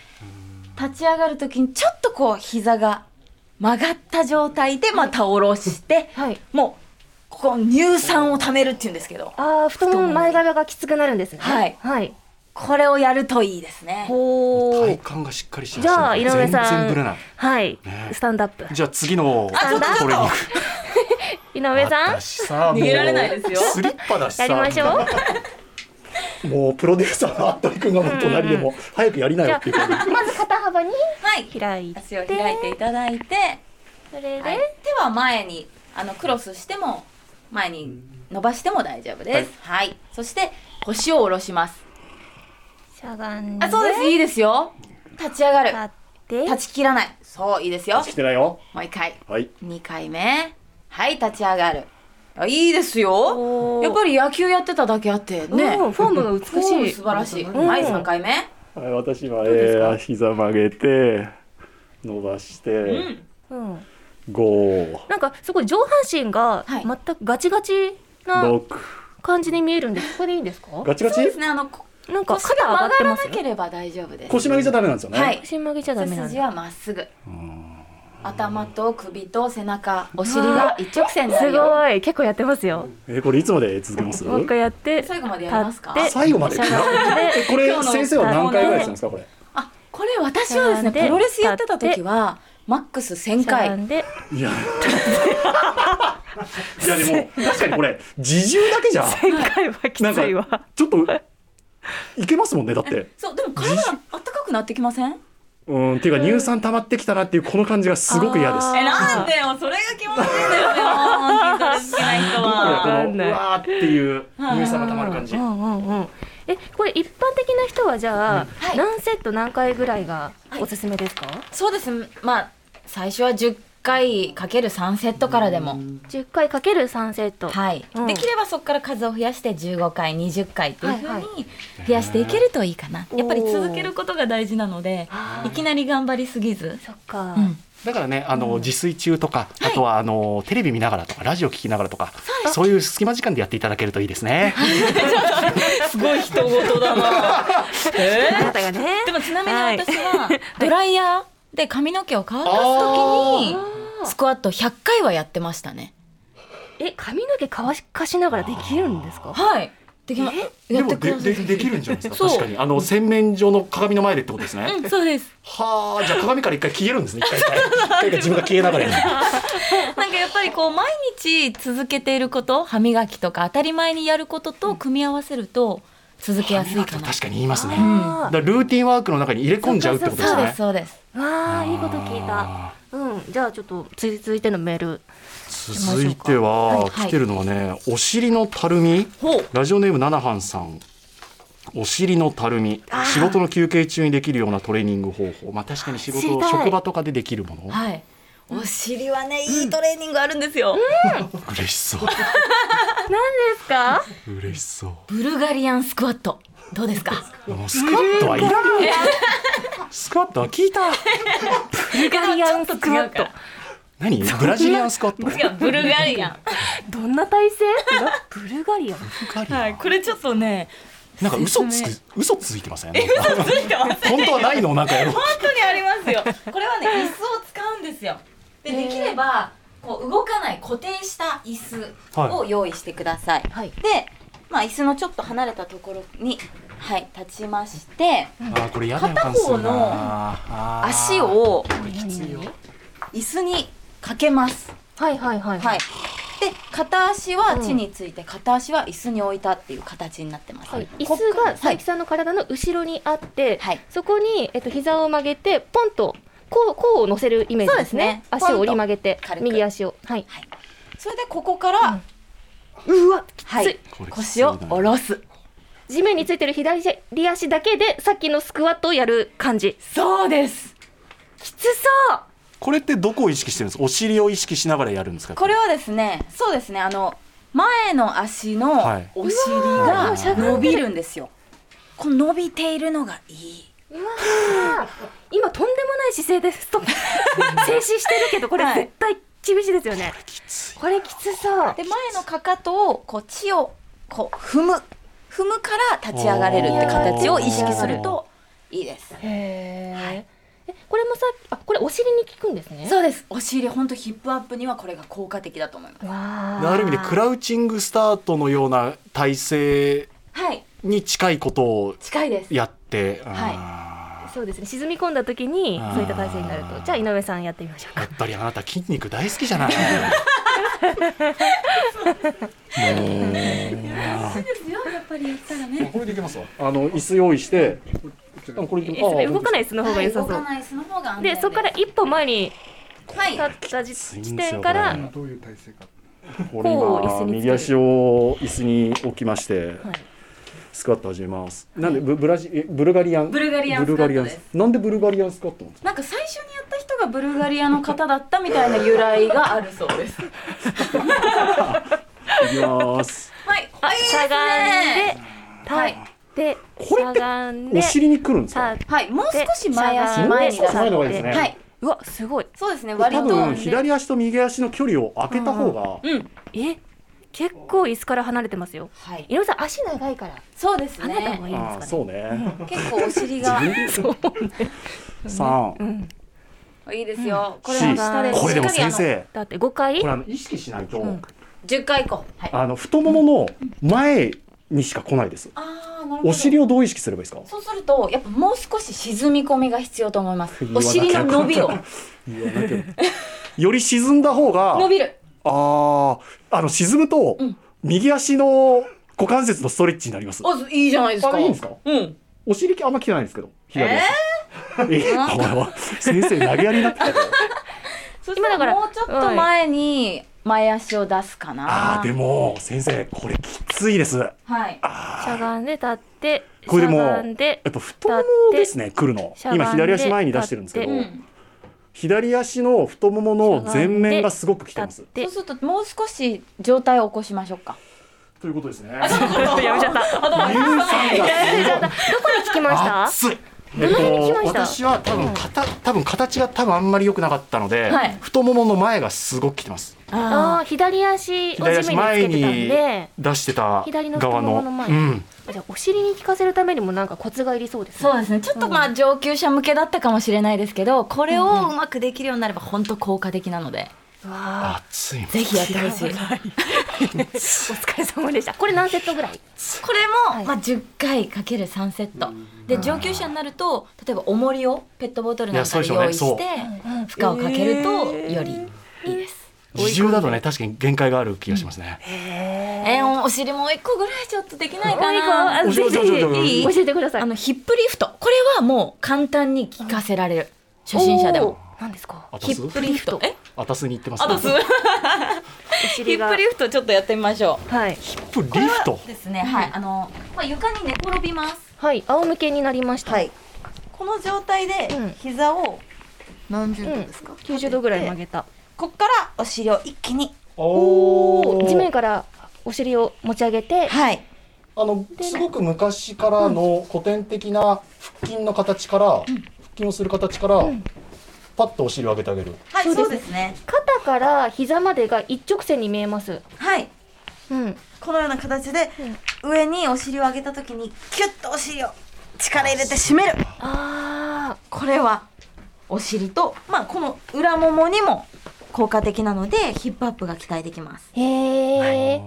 [SPEAKER 3] 立ち上がる時にちょっとこう膝が曲がった状態でまた下ろして、
[SPEAKER 4] はい
[SPEAKER 3] もうここ乳酸をためるっていうんですけど
[SPEAKER 4] あー太もも前側がきつくなるんですね
[SPEAKER 3] はい
[SPEAKER 4] はい
[SPEAKER 3] これをやるといいですね。
[SPEAKER 4] ほ
[SPEAKER 2] 体
[SPEAKER 4] う
[SPEAKER 2] 幹がしっかりして
[SPEAKER 4] じゃあ井上さん
[SPEAKER 2] 全然ぶれない
[SPEAKER 4] はい
[SPEAKER 2] ね
[SPEAKER 4] スタンドアップ
[SPEAKER 2] じゃあ次の
[SPEAKER 3] あちょっと
[SPEAKER 2] トレーニング
[SPEAKER 4] 井上さん
[SPEAKER 2] 私さ
[SPEAKER 3] 逃げられないですよ
[SPEAKER 2] もうスリッパだしさ
[SPEAKER 4] やりましょう
[SPEAKER 2] うもうプロデューサーの服部君がもう隣でも早くやりな
[SPEAKER 4] じ
[SPEAKER 2] よ
[SPEAKER 4] ゃ
[SPEAKER 2] っていう感じ
[SPEAKER 4] あまず肩幅に
[SPEAKER 3] はい
[SPEAKER 4] 開いて
[SPEAKER 3] 足を開いていただいて、
[SPEAKER 4] それで、
[SPEAKER 3] はい手は前にあのクロスしても前に伸ばしても大丈夫ですはい、そして腰を下ろします
[SPEAKER 4] しゃがんで
[SPEAKER 3] あそうですいいですよ立ち上がる
[SPEAKER 4] 立って
[SPEAKER 3] 立ちきらないそういいですよ
[SPEAKER 2] してないよ
[SPEAKER 3] もう一回
[SPEAKER 2] はい
[SPEAKER 3] 2回目はい立ち上がるあいいですよ
[SPEAKER 4] おー
[SPEAKER 3] やっぱり野球やってただけあってね
[SPEAKER 4] うんフォームが美
[SPEAKER 3] フォーム
[SPEAKER 4] しい
[SPEAKER 3] 素晴らしい、
[SPEAKER 4] ん
[SPEAKER 3] はい3回目
[SPEAKER 2] はい私は、
[SPEAKER 4] ですか
[SPEAKER 2] えー膝曲げて伸ばして、
[SPEAKER 3] うん
[SPEAKER 4] うん、
[SPEAKER 2] 5
[SPEAKER 4] なんかすごい上半身が
[SPEAKER 3] はい
[SPEAKER 4] 全くガチガチな
[SPEAKER 2] 6
[SPEAKER 4] 感じに見えるんですこれでいいんですか
[SPEAKER 2] ガチガ
[SPEAKER 3] そうで
[SPEAKER 2] チ
[SPEAKER 3] すねあのこ
[SPEAKER 4] なんか
[SPEAKER 3] 腰
[SPEAKER 4] 肩
[SPEAKER 3] が曲
[SPEAKER 4] 上がって
[SPEAKER 3] がら
[SPEAKER 4] ま
[SPEAKER 3] な
[SPEAKER 4] すよ
[SPEAKER 3] ければ大丈夫です
[SPEAKER 2] 腰曲げちゃダメなんですよね、
[SPEAKER 3] はい
[SPEAKER 4] 腰曲げちゃダ
[SPEAKER 3] 背
[SPEAKER 4] メなん
[SPEAKER 3] 筋
[SPEAKER 4] だ
[SPEAKER 3] はまっすぐ頭と首と背中お尻が一直線にな
[SPEAKER 4] す
[SPEAKER 3] るように
[SPEAKER 4] ごい結構やってますよ
[SPEAKER 2] えーこれいつまで続けます
[SPEAKER 4] もう一回やって
[SPEAKER 3] 最後までやりますか
[SPEAKER 4] 立って
[SPEAKER 2] 最後まで
[SPEAKER 4] しゃがん
[SPEAKER 2] え
[SPEAKER 4] で
[SPEAKER 2] これ先生は何回ぐらいするんですかこれ
[SPEAKER 3] あこれ私はですね
[SPEAKER 4] で
[SPEAKER 3] プロレスやってた時はマックス1000
[SPEAKER 4] しゃが
[SPEAKER 3] 回
[SPEAKER 4] んで
[SPEAKER 2] いやいやでも確かにこれ自重だけじゃ
[SPEAKER 4] 展開はきつい
[SPEAKER 2] なん
[SPEAKER 4] わ
[SPEAKER 2] ちょっといけますもんねだって
[SPEAKER 3] そうでも体があったかくなってきません
[SPEAKER 2] うんっていうか乳酸溜まってきたなっていうこの感じがすごく嫌です
[SPEAKER 4] あ
[SPEAKER 3] えなんでよそれが気持ちいいんだよねもう筋トレ好きな人
[SPEAKER 2] こ
[SPEAKER 4] わ
[SPEAKER 2] の
[SPEAKER 4] 僕
[SPEAKER 3] は
[SPEAKER 4] かんないう
[SPEAKER 2] わーっていう乳酸が溜まる感じ
[SPEAKER 4] うんうんうんえこれ一般的な人はじゃあ、
[SPEAKER 3] はい
[SPEAKER 4] 何セット何回ぐらいがおすすめですか、
[SPEAKER 3] そうですねまあ最初は10回かける3セットからでも
[SPEAKER 4] 10回かける3セット、
[SPEAKER 3] はい、
[SPEAKER 4] うん
[SPEAKER 3] できればそこから数を増やして15回20回っていうふ
[SPEAKER 4] は
[SPEAKER 3] う
[SPEAKER 4] いは
[SPEAKER 3] に増やしていけるといいかな、
[SPEAKER 4] おー
[SPEAKER 3] やっぱり続けることが大事なのでいきなり頑張りすぎず、
[SPEAKER 4] そっか、
[SPEAKER 3] うん、
[SPEAKER 2] だからねあの自炊中とかあとはあのテレビ見ながらとかラジオ聞きながらとかそういう隙間時間でやっていただけるといいですね
[SPEAKER 3] すごい人事だな、
[SPEAKER 4] あ
[SPEAKER 3] え
[SPEAKER 4] なたがね
[SPEAKER 3] ー でもちなみに
[SPEAKER 4] はい
[SPEAKER 3] 私はドライヤーで髪の毛を乾かすときにスクワット100回はやってましたね
[SPEAKER 4] え髪の毛乾かしながらできるんですか
[SPEAKER 3] はいできまや
[SPEAKER 2] で
[SPEAKER 3] って
[SPEAKER 2] も
[SPEAKER 3] く
[SPEAKER 2] で
[SPEAKER 3] ださ
[SPEAKER 2] で
[SPEAKER 3] い
[SPEAKER 2] できるんじゃないですか
[SPEAKER 3] そう
[SPEAKER 2] 確かにあの洗面所の鏡の前でってことですね、
[SPEAKER 3] うんそうです
[SPEAKER 2] はあじゃあ鏡から一回消えるん ですね一回一回一回一回自分が消えながらやる
[SPEAKER 3] なんかやっぱりこう毎日続けていること歯磨きとか当たり前にやることと組み合わせると続けやすいか
[SPEAKER 2] 確
[SPEAKER 3] な。
[SPEAKER 2] かに言いますね
[SPEAKER 4] あー
[SPEAKER 2] だからルーティンワークの中に入れ込んじゃうってことです
[SPEAKER 3] そう
[SPEAKER 2] ね
[SPEAKER 3] ですそうです。
[SPEAKER 4] わあいいこと聞いたうんじゃあちょっとつ続いてのメー ル
[SPEAKER 2] 続いては、
[SPEAKER 3] はいはい
[SPEAKER 2] 来てるのはねお尻のたるみ
[SPEAKER 3] ほう
[SPEAKER 2] ラジオネームナナハンさんお尻のたるみ仕事の休憩中にできるようなトレーニング方法、まあ、確かに仕事
[SPEAKER 4] 知りたい
[SPEAKER 2] 職場とかでできるもの
[SPEAKER 3] はい。お尻はね、いいトレーニングあるんですよ。
[SPEAKER 2] 嬉しそう
[SPEAKER 4] ですか
[SPEAKER 2] 嬉しそう
[SPEAKER 3] ブルガリアンスクワット。どうですか。
[SPEAKER 2] もうスクワットはいらないスクワットは聞いた
[SPEAKER 4] ブルガリアンスクワッ
[SPEAKER 3] ちょっと違うか
[SPEAKER 4] ト
[SPEAKER 2] 何ブラジリアンスクワット
[SPEAKER 3] 次はブルガリア
[SPEAKER 4] どんな体勢 ブルガリアン
[SPEAKER 3] ン。はい、これちょっとね。
[SPEAKER 2] なんか嘘つく嘘ついてません、ね、
[SPEAKER 3] ついてます。
[SPEAKER 2] 本当はないのをなんかやろう
[SPEAKER 3] 本当にありますよ。これはね、椅子を使うんですよ。で、できれば、こう動かない固定した椅子を用意してください。
[SPEAKER 4] はい
[SPEAKER 3] で、まあ、椅子のちょっと離れたところに、はい、立ちまして。
[SPEAKER 2] あーこれ嫌な予
[SPEAKER 3] 片
[SPEAKER 2] 感す
[SPEAKER 3] 方
[SPEAKER 2] るな
[SPEAKER 3] の
[SPEAKER 2] あー
[SPEAKER 3] 足を
[SPEAKER 2] きついよ
[SPEAKER 3] 椅子にかけます。
[SPEAKER 4] はいはいはい
[SPEAKER 3] はい。で、片足は地について、片足は椅子に置いたっていう形になってます。
[SPEAKER 4] はい椅子が佐伯さんの体の後ろにあって、
[SPEAKER 3] はい
[SPEAKER 4] そこに、えっと、膝を曲げてポンとこうこうを乗せるイメージですね
[SPEAKER 3] そうですね
[SPEAKER 4] 足を折り曲げて
[SPEAKER 3] ポンと軽く
[SPEAKER 4] 右足をはい
[SPEAKER 3] それでここから、
[SPEAKER 4] うわ
[SPEAKER 3] は
[SPEAKER 4] つい
[SPEAKER 3] い、腰を下ろす。
[SPEAKER 4] 地面についてる左足だけでさっきのスクワットをやる感じ
[SPEAKER 3] そうです。
[SPEAKER 4] きつそう
[SPEAKER 2] これってどこを意識してるんですかお尻を意識しながらやるんですか
[SPEAKER 3] これはですね、そうですね、あの前の足の
[SPEAKER 2] はい
[SPEAKER 3] お尻
[SPEAKER 2] うわ
[SPEAKER 3] が
[SPEAKER 2] ーしゃがんで
[SPEAKER 3] 伸びるんですよ。こう伸びているのがいい。
[SPEAKER 4] 今とんでもない姿勢です と静止してるけどこれ
[SPEAKER 3] はい
[SPEAKER 4] 絶対厳しいですよね、
[SPEAKER 2] きつい
[SPEAKER 4] これきつそう
[SPEAKER 3] で、前のかかとをこう地をこう踏む踏むから立ち上がれるって形を意識するといいです。
[SPEAKER 4] へーえこれもさあこれお尻に効くんですね
[SPEAKER 3] そうです。お尻本当ヒップアップにはこれが効果的だと思います。
[SPEAKER 4] わー
[SPEAKER 2] ある意味でクラウチングスタートのような体勢
[SPEAKER 3] はい、
[SPEAKER 2] に近いことを
[SPEAKER 3] 近いです。
[SPEAKER 2] やって、
[SPEAKER 3] はい
[SPEAKER 2] あ
[SPEAKER 4] そうですね沈み込んだ時に
[SPEAKER 2] あー
[SPEAKER 4] そういった体勢になるとじゃあ井上さんやってみましょう
[SPEAKER 2] ー
[SPEAKER 4] か
[SPEAKER 2] やっぱりあなた筋肉大好きじゃないもう
[SPEAKER 3] やっぱりやったらね。
[SPEAKER 2] これでいけますわあの椅子用意してあこれでいけます
[SPEAKER 4] え動か
[SPEAKER 2] い
[SPEAKER 4] ない椅子の方が良さ
[SPEAKER 3] 動
[SPEAKER 4] そ
[SPEAKER 3] か
[SPEAKER 4] う
[SPEAKER 3] ない椅子の方が安全
[SPEAKER 4] でそこから一歩前に
[SPEAKER 3] はい
[SPEAKER 4] 立った時地点から
[SPEAKER 2] きついんですよ
[SPEAKER 6] どういう体勢か
[SPEAKER 2] こ
[SPEAKER 4] れ
[SPEAKER 2] れ
[SPEAKER 4] 今こう椅
[SPEAKER 2] 今
[SPEAKER 4] 子につける
[SPEAKER 2] 右足を椅子に置きまして、スクワット始めますなんでブブラジえブルガリアン
[SPEAKER 3] ブルガリアン
[SPEAKER 2] ブルガリアン
[SPEAKER 3] スクワット
[SPEAKER 2] なんでブルガリアンスクワットなんですか
[SPEAKER 3] なんか最初にやった人がブルガリアの方だったみたいな由来があるそうです。
[SPEAKER 2] いきます
[SPEAKER 3] はい、
[SPEAKER 4] あしゃがんで
[SPEAKER 3] はい
[SPEAKER 4] 立って
[SPEAKER 2] こ
[SPEAKER 4] し
[SPEAKER 2] れ
[SPEAKER 4] ゃ
[SPEAKER 2] って
[SPEAKER 4] がんで
[SPEAKER 2] お
[SPEAKER 4] 立
[SPEAKER 2] 尻にくるんですか
[SPEAKER 4] っ
[SPEAKER 3] はい、もう
[SPEAKER 4] て
[SPEAKER 3] 少し前
[SPEAKER 4] しゃが
[SPEAKER 3] 足
[SPEAKER 4] ん
[SPEAKER 3] 前に出
[SPEAKER 2] もう少し前
[SPEAKER 3] さ
[SPEAKER 2] の方がいいですね
[SPEAKER 3] はい、
[SPEAKER 4] うわすごい
[SPEAKER 3] そうですね、割
[SPEAKER 2] 多
[SPEAKER 3] と。
[SPEAKER 2] 分左足と右足の距離を空けた方が、
[SPEAKER 3] うん、
[SPEAKER 4] え結構椅子から離れてますよ
[SPEAKER 3] はい、
[SPEAKER 4] 井上さん足長いから
[SPEAKER 3] そうです
[SPEAKER 4] 離れた方が
[SPEAKER 3] ね。
[SPEAKER 4] いいん
[SPEAKER 2] ああ
[SPEAKER 4] ですか
[SPEAKER 2] そう
[SPEAKER 4] ね
[SPEAKER 2] ね、
[SPEAKER 3] 結構お尻が
[SPEAKER 2] 三、
[SPEAKER 3] いいですよ。これは
[SPEAKER 2] 四
[SPEAKER 3] 下で
[SPEAKER 2] これでも
[SPEAKER 3] しっかり
[SPEAKER 2] 先生
[SPEAKER 4] だって5回
[SPEAKER 2] これあの意識しないと、
[SPEAKER 4] ん
[SPEAKER 3] あの10回以降。はい。
[SPEAKER 2] あの太ももの前にしか来ないです、
[SPEAKER 3] あーなるほど
[SPEAKER 2] お尻をどう意識すればいいですか
[SPEAKER 3] そうするとやっぱもう少し沈み込みが必要と思います
[SPEAKER 2] 言。わな
[SPEAKER 3] お
[SPEAKER 2] きゃ
[SPEAKER 3] 尻の伸 び
[SPEAKER 2] いや
[SPEAKER 3] を
[SPEAKER 2] なんていうのより沈んだ方が
[SPEAKER 3] 伸びる。
[SPEAKER 2] ああ、あの沈むと、
[SPEAKER 3] ん
[SPEAKER 2] 右足の股関節のストレッチになります。
[SPEAKER 3] おいいじゃないです
[SPEAKER 2] あ
[SPEAKER 3] か。
[SPEAKER 2] れいいんですか
[SPEAKER 3] うん。
[SPEAKER 2] お尻あんま来てないんですけど、左足。 ええお前は先生投げやりになってたよ。
[SPEAKER 4] 今だから
[SPEAKER 3] もうちょっと前に前足を出すか
[SPEAKER 2] あ
[SPEAKER 3] な。
[SPEAKER 2] あ、でも先生これきついです。や
[SPEAKER 3] はい。
[SPEAKER 4] しゃがんで立って
[SPEAKER 2] これでも
[SPEAKER 4] しゃがんで
[SPEAKER 2] っぱ太ももですね、来るの
[SPEAKER 4] しゃ。がんで
[SPEAKER 2] 今左足前に出してるんですけど
[SPEAKER 4] 立、
[SPEAKER 3] うん。
[SPEAKER 2] 左足の太ももの前面がすごく来てま
[SPEAKER 4] 立
[SPEAKER 2] す
[SPEAKER 4] っ。て
[SPEAKER 3] そうするともう少し状態を起こしましょうか。
[SPEAKER 2] ということですね。
[SPEAKER 4] や めちゃった
[SPEAKER 2] ゆうさんが
[SPEAKER 4] 聞きました
[SPEAKER 2] 熱い。えっ
[SPEAKER 4] 辺に来ま
[SPEAKER 2] と、
[SPEAKER 4] し
[SPEAKER 2] 私
[SPEAKER 4] た
[SPEAKER 2] は多分かた、多分形が多分あんまり良くなかったので、
[SPEAKER 3] はい
[SPEAKER 2] 太ももの前がすごく来てます。
[SPEAKER 4] ああ左足を地
[SPEAKER 2] 左
[SPEAKER 4] 面に
[SPEAKER 2] 足
[SPEAKER 4] つけてた
[SPEAKER 2] 前
[SPEAKER 4] ん
[SPEAKER 2] に
[SPEAKER 4] で
[SPEAKER 2] 出してた
[SPEAKER 4] 左の太
[SPEAKER 2] 側
[SPEAKER 4] もも
[SPEAKER 2] の
[SPEAKER 4] の前
[SPEAKER 2] うん、
[SPEAKER 4] あじゃあお尻に効かせるためにもなんかコツがいりそうですね
[SPEAKER 3] そうですね。ちょっとまあ上級者向けだったかもしれないですけど、これをうまくできるようになれば本当効果的なので、
[SPEAKER 4] わあ
[SPEAKER 2] 熱いもん
[SPEAKER 3] ぜひやってほしい。
[SPEAKER 4] お疲れ様でしたこれ何セットぐらい
[SPEAKER 3] これもまあ10回かける3セット。で上級者になると例えば重りをペットボトルなんかで
[SPEAKER 2] いやそう
[SPEAKER 3] 用
[SPEAKER 2] で
[SPEAKER 3] 意
[SPEAKER 2] しょ
[SPEAKER 3] し
[SPEAKER 2] う
[SPEAKER 3] て
[SPEAKER 2] ね
[SPEAKER 3] 負荷をかけるとよりいいです。
[SPEAKER 2] 自重だとね確かに限界がある気がしますね、
[SPEAKER 3] えー、お尻もう一個ぐらいちょっとできないか
[SPEAKER 4] も
[SPEAKER 3] な。
[SPEAKER 4] う一個
[SPEAKER 2] ぜひ
[SPEAKER 4] あ
[SPEAKER 2] ぜひ
[SPEAKER 4] 教えてください
[SPEAKER 3] あのヒップリフトこれはもう簡単に効かせられる初心者でも
[SPEAKER 4] おー何ですか
[SPEAKER 2] あ
[SPEAKER 3] ヒップリフトえ
[SPEAKER 2] アタスに行ってます
[SPEAKER 3] あとす
[SPEAKER 2] ヒ
[SPEAKER 4] お
[SPEAKER 3] ヒ
[SPEAKER 4] 尻
[SPEAKER 3] ッ
[SPEAKER 4] が
[SPEAKER 3] プリフトちょっとやってみましょ
[SPEAKER 4] はい
[SPEAKER 2] ップリフト
[SPEAKER 3] うですねはいあの、まあ、床に寝転びます
[SPEAKER 4] はい仰向けになりました。
[SPEAKER 6] はい
[SPEAKER 3] この状態で
[SPEAKER 4] うん
[SPEAKER 6] 膝を何十
[SPEAKER 4] う
[SPEAKER 6] 度
[SPEAKER 4] ん
[SPEAKER 6] ですか、
[SPEAKER 4] 九十度ぐらい曲げた。
[SPEAKER 6] こっからお尻を一気に
[SPEAKER 2] おー
[SPEAKER 4] 地面からお尻を持ち上げて、
[SPEAKER 6] はい
[SPEAKER 2] あのすごく昔からの古典的な腹筋の形から、腹筋をする形から、パッとお尻を上げてあげる
[SPEAKER 6] はい
[SPEAKER 4] そうですね
[SPEAKER 6] そうですね
[SPEAKER 4] 肩から膝までが一直線に見えます。
[SPEAKER 6] はい
[SPEAKER 4] うん。
[SPEAKER 6] このような形で上にお尻を上げた時にキュッとお尻を力入れて締める
[SPEAKER 4] あ
[SPEAKER 6] これはお尻と、まあ、この裏ももにも効果的なのでヒップアップが期待できます
[SPEAKER 4] あ。へえ、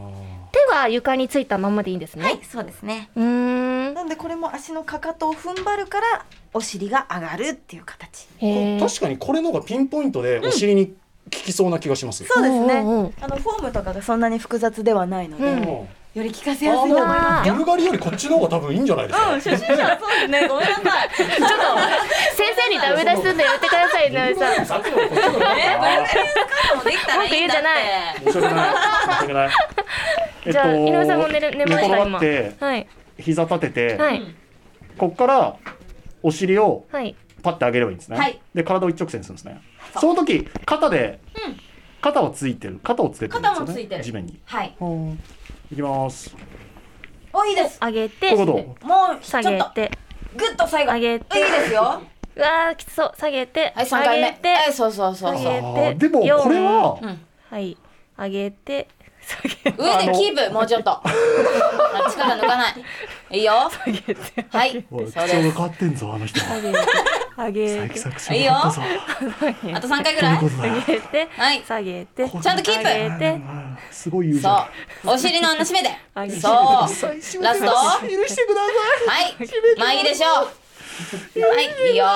[SPEAKER 4] 手は床についたままでいいんですね。
[SPEAKER 6] はいそうですね
[SPEAKER 4] うーん。
[SPEAKER 6] なんでこれも足のかかとを踏ん張るからお尻が上がるっていう形
[SPEAKER 4] へえ。
[SPEAKER 2] 確かにこれの方がピンポイントでお尻に効きそうな気がします、
[SPEAKER 6] そうですね
[SPEAKER 4] うんうんうん
[SPEAKER 6] あのフォームとかがそんなに複雑ではないので、
[SPEAKER 4] う
[SPEAKER 6] よ
[SPEAKER 4] ん
[SPEAKER 6] り効かせやすいと
[SPEAKER 2] あ
[SPEAKER 6] 思います
[SPEAKER 2] のブルガリよりこっちの方が多分いいんじゃないです か、
[SPEAKER 3] 初心者はそうですねごめんなさいちょっと
[SPEAKER 4] 先生にダメ出しすんでやめてください、井上さん。
[SPEAKER 2] さっきのこっちの方がいいかな
[SPEAKER 3] でき たらいいんだっ
[SPEAKER 2] 申
[SPEAKER 3] て
[SPEAKER 2] し訳ない申し訳ない
[SPEAKER 4] じゃあ井上さんも寝る寝ました
[SPEAKER 2] 寝転がって
[SPEAKER 4] はい。
[SPEAKER 2] 膝立てて、
[SPEAKER 4] はい。
[SPEAKER 2] こっからお尻を
[SPEAKER 4] はい。
[SPEAKER 2] パッて上げればいいんですね、
[SPEAKER 3] はい
[SPEAKER 2] で体を一直線にするんですねその時肩で、
[SPEAKER 3] うん
[SPEAKER 2] 肩はついてる肩をつけてるんですよ
[SPEAKER 3] 肩もつ
[SPEAKER 2] ね
[SPEAKER 3] いてる
[SPEAKER 2] 地面に
[SPEAKER 3] はい
[SPEAKER 2] ほーいきます
[SPEAKER 6] おいいです
[SPEAKER 4] 上げ
[SPEAKER 2] こ
[SPEAKER 4] て、
[SPEAKER 2] ういうこ
[SPEAKER 6] もうち
[SPEAKER 4] 下
[SPEAKER 6] ょっと
[SPEAKER 4] げて、
[SPEAKER 6] グッと最後
[SPEAKER 4] 上げて
[SPEAKER 6] いいですよ
[SPEAKER 4] うわー、きつそう。下げて、
[SPEAKER 3] はい三回
[SPEAKER 4] 上
[SPEAKER 3] 目
[SPEAKER 4] げて、
[SPEAKER 3] はいそうそうそう
[SPEAKER 2] と
[SPEAKER 3] そう
[SPEAKER 4] 上げ
[SPEAKER 2] あ
[SPEAKER 4] て
[SPEAKER 2] ーでもこれは
[SPEAKER 3] うん
[SPEAKER 4] はい。上げ て、下げて。
[SPEAKER 3] 上でキープもうちょっと あ力抜かないいいよはい
[SPEAKER 2] おい口
[SPEAKER 3] そ
[SPEAKER 2] 調が
[SPEAKER 3] うで
[SPEAKER 2] 変わってんぞあの人は
[SPEAKER 4] 上げて、
[SPEAKER 2] 作詞が変わったぞ
[SPEAKER 3] すあと三回ぐ
[SPEAKER 2] どうい
[SPEAKER 3] ら
[SPEAKER 2] うこ
[SPEAKER 3] い
[SPEAKER 2] とだよ
[SPEAKER 4] 上げて、
[SPEAKER 3] はい
[SPEAKER 4] 下げて、
[SPEAKER 3] ちゃんとキープ
[SPEAKER 4] 上げて、
[SPEAKER 2] すごい言うじ
[SPEAKER 3] そ
[SPEAKER 2] ゃ
[SPEAKER 3] うお尻の穴締めて
[SPEAKER 4] 上げて
[SPEAKER 3] そうラストはい
[SPEAKER 2] ん許してくださ
[SPEAKER 3] まあいいでしょうはいいいよ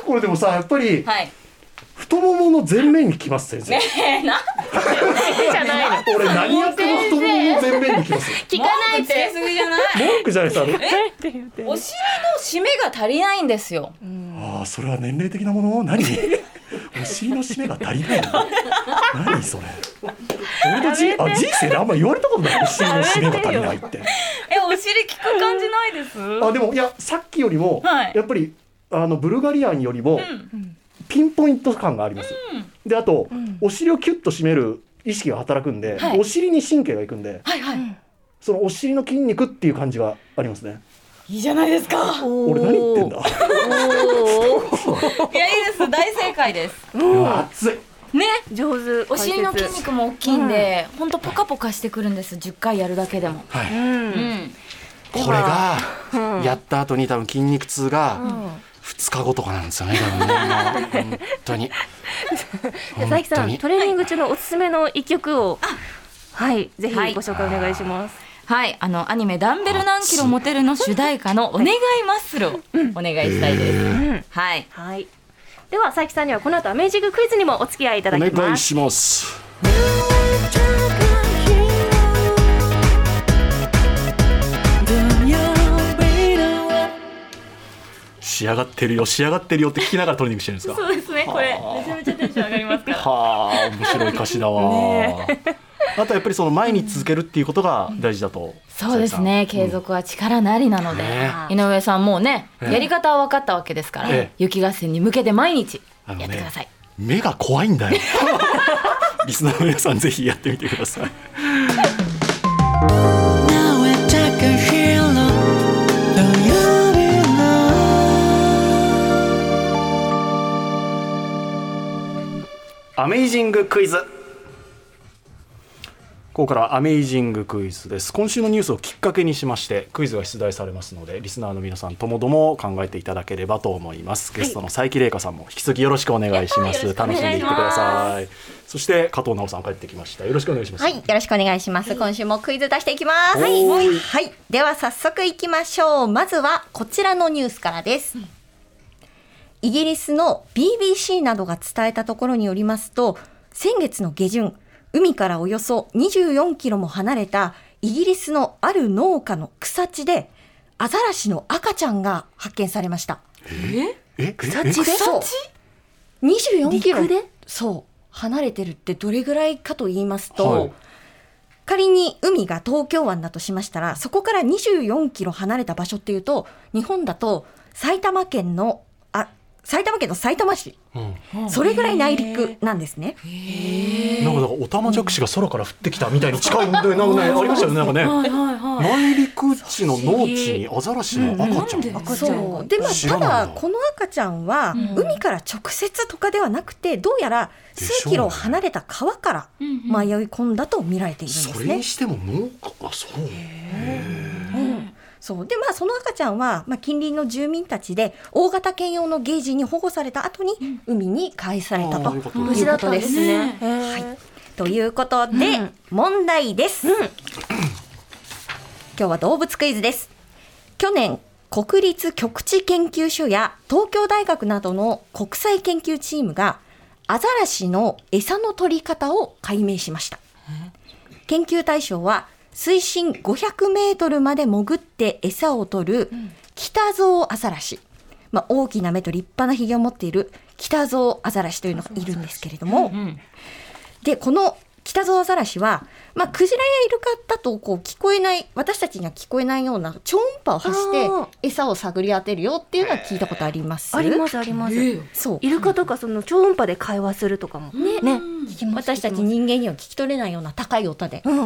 [SPEAKER 2] いこれでもさやっぱり
[SPEAKER 3] はい
[SPEAKER 2] 太ももの前面にきます先生
[SPEAKER 3] えー、な
[SPEAKER 4] じゃないの。
[SPEAKER 2] 俺何やっても太ももの前面にきます
[SPEAKER 4] 聞かない
[SPEAKER 3] つけすぎじゃない
[SPEAKER 2] 文句じゃないさ
[SPEAKER 4] って言って。
[SPEAKER 3] お尻の締めが足りないんですよ
[SPEAKER 2] ああそれは年齢的なもの何 お尻の締めが足りないの何それ俺のじ
[SPEAKER 4] やめ
[SPEAKER 2] あ
[SPEAKER 4] て
[SPEAKER 2] 人生であんま言われたことないお尻の締めが足りないって
[SPEAKER 3] えお尻効く感じないです
[SPEAKER 2] あでもいやさっきよりも、
[SPEAKER 3] はい
[SPEAKER 2] やっぱりあのブルガリアンよりも、ピンポイント感があります、であと、お尻をキュッと締める意識が働くんで、
[SPEAKER 3] はい
[SPEAKER 2] お尻に神経がいくんで
[SPEAKER 3] はいはい
[SPEAKER 2] そのお尻の筋肉っていう感じがありますね
[SPEAKER 3] いいじゃないですか
[SPEAKER 2] 俺何言ってんだ
[SPEAKER 3] いやいいです大正解です
[SPEAKER 2] うわ熱い
[SPEAKER 3] ね
[SPEAKER 4] 上手。
[SPEAKER 3] お尻の筋肉も大きいんで、ほんとポカポカしてくるんです10回やるだけでも、
[SPEAKER 2] はい
[SPEAKER 3] うん、
[SPEAKER 2] これがやった後に多分筋肉痛が2日後とかなんですよね多分ねもう本当 に
[SPEAKER 4] 佐伯さ
[SPEAKER 2] 本当
[SPEAKER 4] ん、
[SPEAKER 2] に
[SPEAKER 4] トレーニング中のおすすめの一曲を、はい、ぜひご
[SPEAKER 3] はい
[SPEAKER 4] 紹介お願いします。
[SPEAKER 3] はいあのアニメ「ダンベル何キロモテる」の主題歌の「お願いマッスル」をお願いしたいです、はい
[SPEAKER 4] はい。では、佐伯さんにはこの後アメージングクイズにもお付き合いいただき
[SPEAKER 2] お願
[SPEAKER 4] ま
[SPEAKER 2] い
[SPEAKER 4] す。
[SPEAKER 2] します仕上がってるよ仕上がってるよって聞きながらトレーニングしてるんですか
[SPEAKER 3] そうですねこれめちゃめちゃテンション上がりますから
[SPEAKER 2] はあ面白い歌詞だ わあとやっぱりその前に続けるっていうことが大事だと
[SPEAKER 3] そうですね継続は力なりなので、
[SPEAKER 2] ね
[SPEAKER 3] 井上さんもうね
[SPEAKER 2] ええ
[SPEAKER 3] やり方は分かったわけですから、
[SPEAKER 2] ええ
[SPEAKER 3] 雪合戦に向けて毎日
[SPEAKER 2] あのね
[SPEAKER 3] やってください、
[SPEAKER 2] 目が怖いんだよリスナーの皆さんぜひやってみてください
[SPEAKER 5] Now I take a hero. Don't you be alone.
[SPEAKER 2] アメイジングクイズここからはアメイジングクイズです今週のニュースをきっかけにしましてクイズが出題されますのでリスナーの皆さんともども考えていただければと思いますゲストの佐伯玲香さんも引き続きよろしくお願いします楽しんでいってくださいそして加藤直さん帰ってきましたよろしくお願いします
[SPEAKER 7] はい、 よろしくお願いします。今週もクイズ出していきます。
[SPEAKER 2] は
[SPEAKER 7] はいい、
[SPEAKER 2] おーい
[SPEAKER 7] では早速いきましょう。まずはこちらのニュースからです。イギリスの BBC などが伝えたところによりますと、先月の下旬、海からおよそ24キロも離れたイギリスのある農家の草地で、アザラシの赤ちゃんが発見されました。
[SPEAKER 2] ええ
[SPEAKER 7] 草地でそう24キロ
[SPEAKER 4] 陸で
[SPEAKER 7] そう離れてるってどれぐらいかと言いますと、
[SPEAKER 2] はい
[SPEAKER 7] 仮に海が東京湾だとしましたらそこから24キロ離れた場所っていうと日本だと埼玉県のあ埼玉県の埼玉市それぐらい内陸なんですね。
[SPEAKER 2] なんかだからオタマジャクシが空から降ってきたみたいに近い本当になんかねありましたよねなんかね内陸地の農地にアザラシの赤ちゃん、
[SPEAKER 3] なんで
[SPEAKER 7] そうでまあ
[SPEAKER 2] 知
[SPEAKER 7] た
[SPEAKER 2] らない
[SPEAKER 7] だこの赤ちゃんは海から直接とかではなくてどうやら
[SPEAKER 2] でしょ
[SPEAKER 7] 数
[SPEAKER 2] うね
[SPEAKER 7] キロ離れた川から迷い込んだと見られているんで
[SPEAKER 2] そ
[SPEAKER 7] す
[SPEAKER 2] れ
[SPEAKER 7] ね
[SPEAKER 2] に。しても農家あそう
[SPEAKER 7] そうでまあその赤ちゃんは、まあ、近隣の住民たちで大型犬用のゲージに保護された後に海に返されたと
[SPEAKER 2] あー
[SPEAKER 7] い
[SPEAKER 2] よ
[SPEAKER 7] う
[SPEAKER 2] か
[SPEAKER 7] こ
[SPEAKER 2] った
[SPEAKER 7] とです。
[SPEAKER 3] ね
[SPEAKER 7] はい、ということで、問題です、今日は動物クイズです去年国立極地研究所や東京大学などの国際研究チームがアザラシの餌の取り方を解明しました研究対象は水深500メートルまで潜って餌を取る北ゾウアザラシ、まあ、大きな目と立派なひげを持っている北ゾウアザラシというのがいるんですけれども、でこの北ゾウアザラシは、まあ、クジラやイルカだとこう聞こえない私たちには聞こえないような超音波を発して
[SPEAKER 1] あー
[SPEAKER 7] 餌を探り当てるよっていうのは聞いたことあります
[SPEAKER 1] ありますあります。
[SPEAKER 7] そう
[SPEAKER 1] イルカとかその超音波で会話するとかもね、
[SPEAKER 7] 私たち人間には聞き取れないような高い音で
[SPEAKER 1] うん、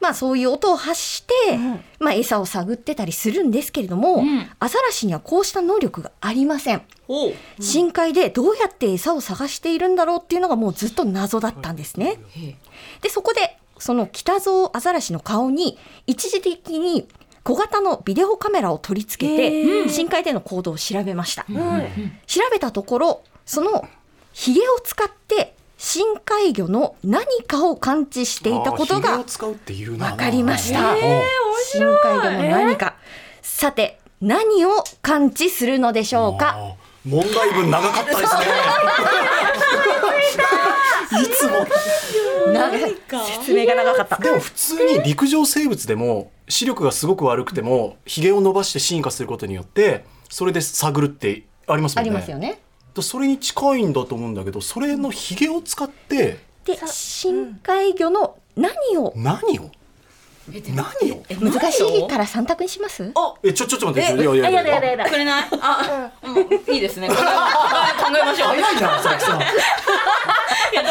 [SPEAKER 7] まあそういう音を発して、
[SPEAKER 1] ん
[SPEAKER 7] まあ餌を探ってたりするんですけれども、
[SPEAKER 3] ん
[SPEAKER 7] アザラシにはこうした能力がありません。深海でどうやって餌を探しているんだろうっていうのがもうずっと謎だったんですね。で、そこで、その北ゾウアザラシの顔に一時的に小型のビデオカメラを取り付けて、深海での行動を調べました。調べたところ、そのヒゲを使って深海魚の何かを感知していたこと
[SPEAKER 2] あーヒ
[SPEAKER 7] が
[SPEAKER 2] ゲを使うっていうな
[SPEAKER 7] わかりました
[SPEAKER 2] え
[SPEAKER 7] 深海魚の何か、さて何を感知するのでしょうか
[SPEAKER 2] 問題文長かったですね いつも
[SPEAKER 7] 長い説明が長かった
[SPEAKER 2] でも普通に陸上生物でも視力がすごく悪くてもひげを伸ばして進化することによってそれで探るってあります
[SPEAKER 7] あ
[SPEAKER 2] もん
[SPEAKER 7] り
[SPEAKER 2] ね
[SPEAKER 7] ますよね
[SPEAKER 2] だそれに近いんだと思うんだけどそれのひげを使って
[SPEAKER 7] で深海魚の何を
[SPEAKER 2] 何を何を
[SPEAKER 7] 難しいから三択にします
[SPEAKER 2] えちょちょっと待っていやいやいやいやいや
[SPEAKER 3] くれないあ、うんいいです ねこれは考えましょう
[SPEAKER 2] 早いじゃん佐々木さん
[SPEAKER 3] いや動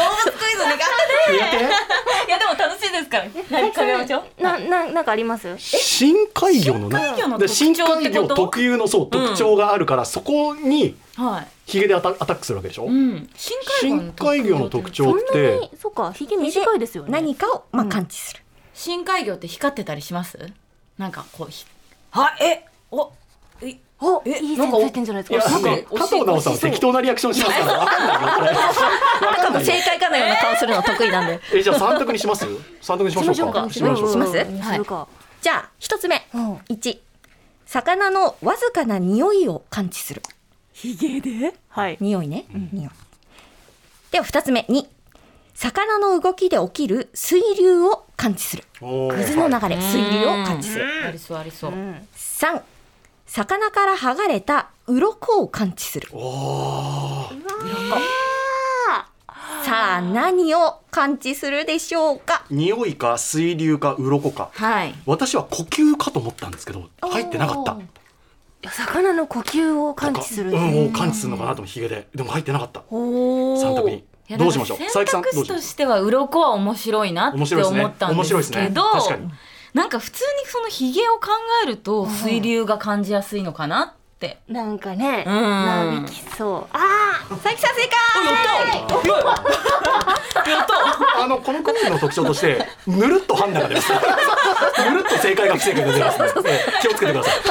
[SPEAKER 3] 物クイズ苦手でいやでも楽しいですから何考えましょう
[SPEAKER 1] なななんかあります？
[SPEAKER 2] 深海魚の
[SPEAKER 3] 深海魚の
[SPEAKER 2] で
[SPEAKER 3] 特徴っ
[SPEAKER 2] 深
[SPEAKER 3] てこと
[SPEAKER 2] 海魚特有のそう特徴があるから、そこに
[SPEAKER 3] はい
[SPEAKER 2] ヒゲでアタアタックするわけでしょ、
[SPEAKER 3] うん深
[SPEAKER 2] 深海魚の特
[SPEAKER 3] 徴
[SPEAKER 1] そ
[SPEAKER 2] 徴
[SPEAKER 1] ん
[SPEAKER 2] っ
[SPEAKER 1] な
[SPEAKER 2] て
[SPEAKER 1] にそうかひげ短いですよね。
[SPEAKER 7] 何かをまあ感知する、
[SPEAKER 3] 深海魚って光ってたりしますなんかこうひあえおえ
[SPEAKER 1] お
[SPEAKER 3] え
[SPEAKER 1] いい
[SPEAKER 3] な
[SPEAKER 1] 線
[SPEAKER 3] んか
[SPEAKER 1] ついてんじゃない
[SPEAKER 2] いや
[SPEAKER 1] ですか。
[SPEAKER 2] ね加藤直さんは適当なリアクションします からわかんないよこれわかんないよ
[SPEAKER 7] 正解かのような顔するの得意なんで
[SPEAKER 2] えじゃあ三択にします三択にしましょうか
[SPEAKER 1] しましょう
[SPEAKER 7] します
[SPEAKER 1] うんするか。
[SPEAKER 7] じゃあ一つ目、
[SPEAKER 1] うん
[SPEAKER 7] 一魚のわずかな匂いを感知する
[SPEAKER 1] ひげで？はい。
[SPEAKER 7] 匂いね、匂いでは二つ目2魚の動きで起きる水流を感知する
[SPEAKER 2] おー
[SPEAKER 7] 水の流れ、水流を感
[SPEAKER 3] う
[SPEAKER 7] じ
[SPEAKER 3] ん
[SPEAKER 7] する
[SPEAKER 3] ありそうありそう
[SPEAKER 7] 3魚から剥がれた鱗を感知する鱗さあ何を感知するでしょうか
[SPEAKER 2] 匂いか水流か鱗か
[SPEAKER 3] はい
[SPEAKER 2] 私は呼吸かと思ったんですけど入ってなかった
[SPEAKER 1] いや魚の呼吸を感知する。
[SPEAKER 2] うん、うん感知するのかなと思うヒゲででも入ってなかった
[SPEAKER 1] お
[SPEAKER 2] 三択
[SPEAKER 1] お
[SPEAKER 2] に。どうしましょう佐
[SPEAKER 3] 選
[SPEAKER 2] 伯さん
[SPEAKER 3] 択
[SPEAKER 2] どう
[SPEAKER 3] 肢
[SPEAKER 2] しま
[SPEAKER 3] と
[SPEAKER 2] しょ
[SPEAKER 3] しては鱗は面白いなって
[SPEAKER 2] 面白いですね
[SPEAKER 3] 思ったんですけど
[SPEAKER 2] 面白いですね確かに
[SPEAKER 3] なんか普通にそのひげを考えると水流が感じやすいのかな って
[SPEAKER 1] なんかね、
[SPEAKER 3] うん
[SPEAKER 1] なびきそう。ああ、
[SPEAKER 7] 佐伯さん正解
[SPEAKER 2] うあのこのクイズの特徴としてぬるっと判断が出ますぬるっと正解が不正解が出ますねええ気をつけてください
[SPEAKER 3] やった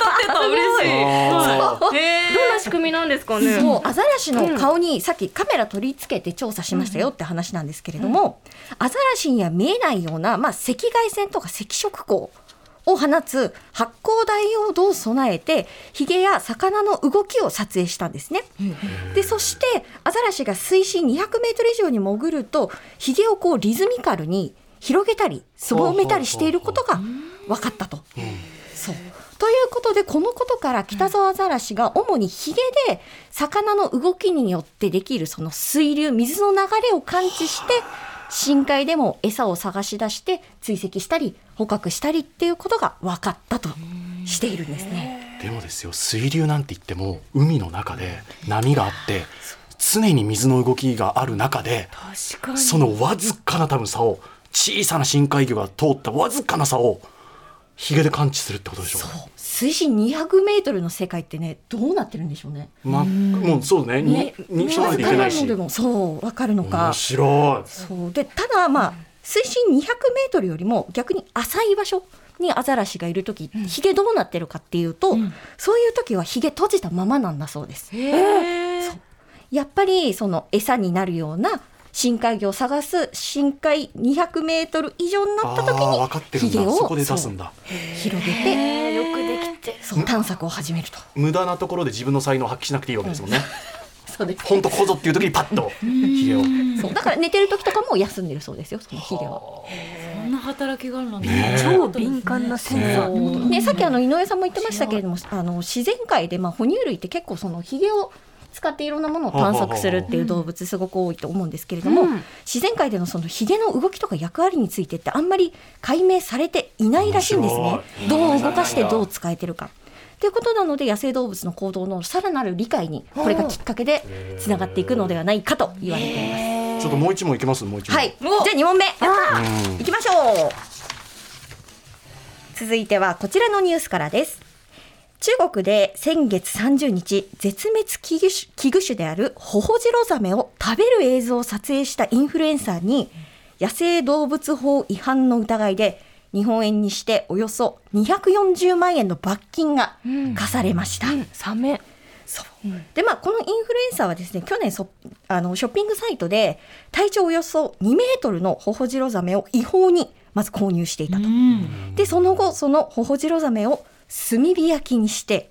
[SPEAKER 3] 当たってた嬉しい
[SPEAKER 2] あ
[SPEAKER 3] ええ
[SPEAKER 1] どんな仕組みなんですかね。
[SPEAKER 7] そうアザラシの顔にさっきカメラ取り付けて調査しましたよって話なんですけれども、アザラシには見えないような、まあ、赤外線とか赤色光を放つ発光ダイオードを備えてヒゲや魚の動きを撮影したんですね。でそしてアザラシが水深200メートル以上に潜るとヒゲをこうリズミカルに広げたりすぼめたりしていることが分かったと。そうということでこのことからキタゾウアザラシが主にヒゲで魚の動きによってできるその水流水の流れを感知して深海でも餌を探し出して追跡したり捕獲したりっていうことが分かったとしているんですね。
[SPEAKER 2] でもですよ水流なんて言っても海の中で波があって常に水の動きがある中で
[SPEAKER 1] 確かに
[SPEAKER 2] そのわずかな多分差を小さな深海魚が通ったわずかな差をヒゲで感知するってことでしょ
[SPEAKER 7] 水深200メートルの世界ってねどうなってるんでしょうね。
[SPEAKER 2] ま、もうそうね
[SPEAKER 7] ね
[SPEAKER 2] ににしないといけないし
[SPEAKER 7] でもそう分かるの
[SPEAKER 2] 面
[SPEAKER 7] か。
[SPEAKER 2] 白
[SPEAKER 7] そうでただまあ水深200メートルよりも逆に浅い場所にアザラシがいる時ヒゲどうなってるかっていうと、そういう時はヒゲ閉じたままなんだそうです。そうやっぱりその餌になるような深海魚を探す深海200メートル以上になった時
[SPEAKER 2] あー分かってる
[SPEAKER 7] に
[SPEAKER 2] ん
[SPEAKER 7] ヒゲ
[SPEAKER 2] だ
[SPEAKER 7] を
[SPEAKER 2] そこで
[SPEAKER 7] そ
[SPEAKER 2] 出
[SPEAKER 7] う
[SPEAKER 2] すんだ
[SPEAKER 7] 広げてよくできてそう探索を始めると。
[SPEAKER 2] 無駄なところで自分の才能を発揮しなくていいわけですもんね本当ここぞっていう時にパッとヒゲを
[SPEAKER 7] そうだから寝てる時とかも休んでるそうですよそのヒゲは。
[SPEAKER 3] こんな働きがあるなんて、
[SPEAKER 2] ねえ
[SPEAKER 1] 超敏感なセンサーってことだ
[SPEAKER 7] ね、さっきあの井上さんも言ってましたけれども、あの自然界でまあ哺乳類って結構そのヒゲを使っていろんなものを探索するっていう動物すごく多いと思うんですけれども、
[SPEAKER 1] うん
[SPEAKER 7] 自然界でのそのヒゲの動きとか役割についてってあんまり解明されていないらしいんですね
[SPEAKER 2] 面白。い
[SPEAKER 7] どう動かしてどう使えてるか。ということなので野生動物の行動のさらなる理解にこれがきっかけでつながっていくのではないかと言われています。
[SPEAKER 2] ちょっともう一問いけますもう一問
[SPEAKER 7] はい。じゃあ2問目。やった
[SPEAKER 2] うん
[SPEAKER 7] 行きましょう続いてはこちらのニュースからです中国で先月30日絶滅危惧種危惧種であるホホジロザメを食べる映像を撮影したインフルエンサーに野生動物法違反の疑いで日本円にしておよそ240万円の罰金が課されました、
[SPEAKER 1] サメ
[SPEAKER 7] でまあ、このインフルエンサーはですね去年そあのショッピングサイトで体長およそ2メートルのホホジロザメを違法にまず購入していたと、でその後そのホホジロザメを炭火焼きにして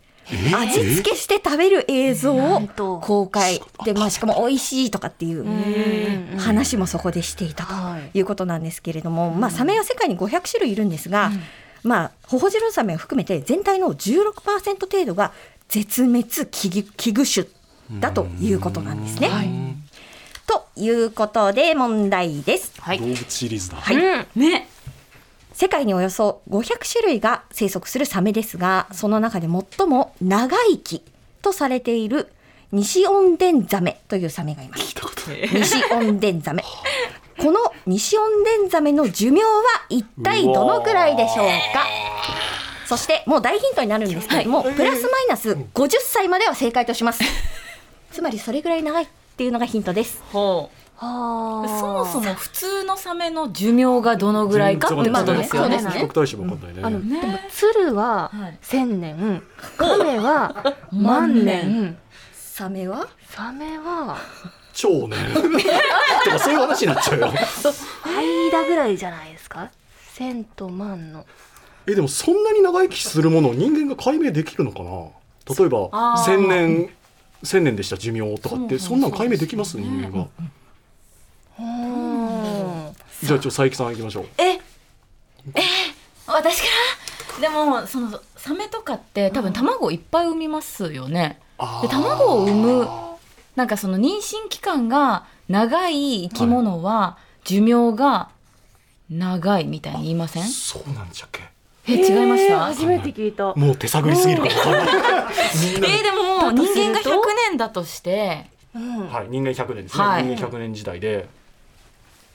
[SPEAKER 7] 味付けして食べる映像
[SPEAKER 1] んと
[SPEAKER 7] を公開で、まあ、しかも美味しいとかっていう話もそこでしていたということなんですけれども、まあ、サメは世界に500種類いるんですが、まあ、ホホジロザメを含めて全体の16%程度が絶滅危惧危惧種だということなんですね。ということで問題です。
[SPEAKER 3] はい
[SPEAKER 2] 動物シリーズだ
[SPEAKER 3] ね
[SPEAKER 7] 世界におよそ500種類が生息するサメですが、その中で最も長生きとされている西温伝ザメというサメがいます。西温伝 ザメ。この西温伝ザメの寿命は一体どのくらいでしょうかそしてもう大ヒントになるんですけれども、プラスマイナス50歳までは正解とします。つまりそれぐらい長いっていうのがヒントです。
[SPEAKER 3] ほう
[SPEAKER 1] はあ
[SPEAKER 3] そもそも普通のサメの寿命がどのぐらいかってことですよね。
[SPEAKER 2] 比較対象もわかんな
[SPEAKER 1] あ
[SPEAKER 2] い
[SPEAKER 1] の、
[SPEAKER 2] ね
[SPEAKER 1] でも鶴は
[SPEAKER 3] はい
[SPEAKER 1] 千年、亀は万年、
[SPEAKER 7] サメは
[SPEAKER 1] サメは
[SPEAKER 2] 超ね てかそういう話になっちゃうよ
[SPEAKER 1] 間ぐらいじゃないですか。千と万の。
[SPEAKER 2] えでもそんなに長生きするものを人間が解明できるのかな例えば千年千年でした寿命とかってそんなん解明できます人間がじゃあちょっと佐伯さん行きましょう
[SPEAKER 3] 私からでもそのサメとかって多分卵をいっぱい産みますよね。
[SPEAKER 2] あ
[SPEAKER 3] で
[SPEAKER 2] ー
[SPEAKER 3] 卵を産むなんかその妊娠期間が長い生き物は寿命が長いみたいに言いません、
[SPEAKER 2] そうなんじゃっけ
[SPEAKER 3] え違いまし
[SPEAKER 1] えー
[SPEAKER 3] た
[SPEAKER 1] 初めて聞いた。
[SPEAKER 2] もう手探りすぎるから分かんないみん
[SPEAKER 3] え
[SPEAKER 2] な
[SPEAKER 3] ーでも
[SPEAKER 1] とす
[SPEAKER 3] 人
[SPEAKER 1] る
[SPEAKER 3] 間が
[SPEAKER 1] と
[SPEAKER 3] 100年だとして
[SPEAKER 1] うん。
[SPEAKER 2] はい、人間100年ですね、
[SPEAKER 3] はい
[SPEAKER 2] 人間100年時代で、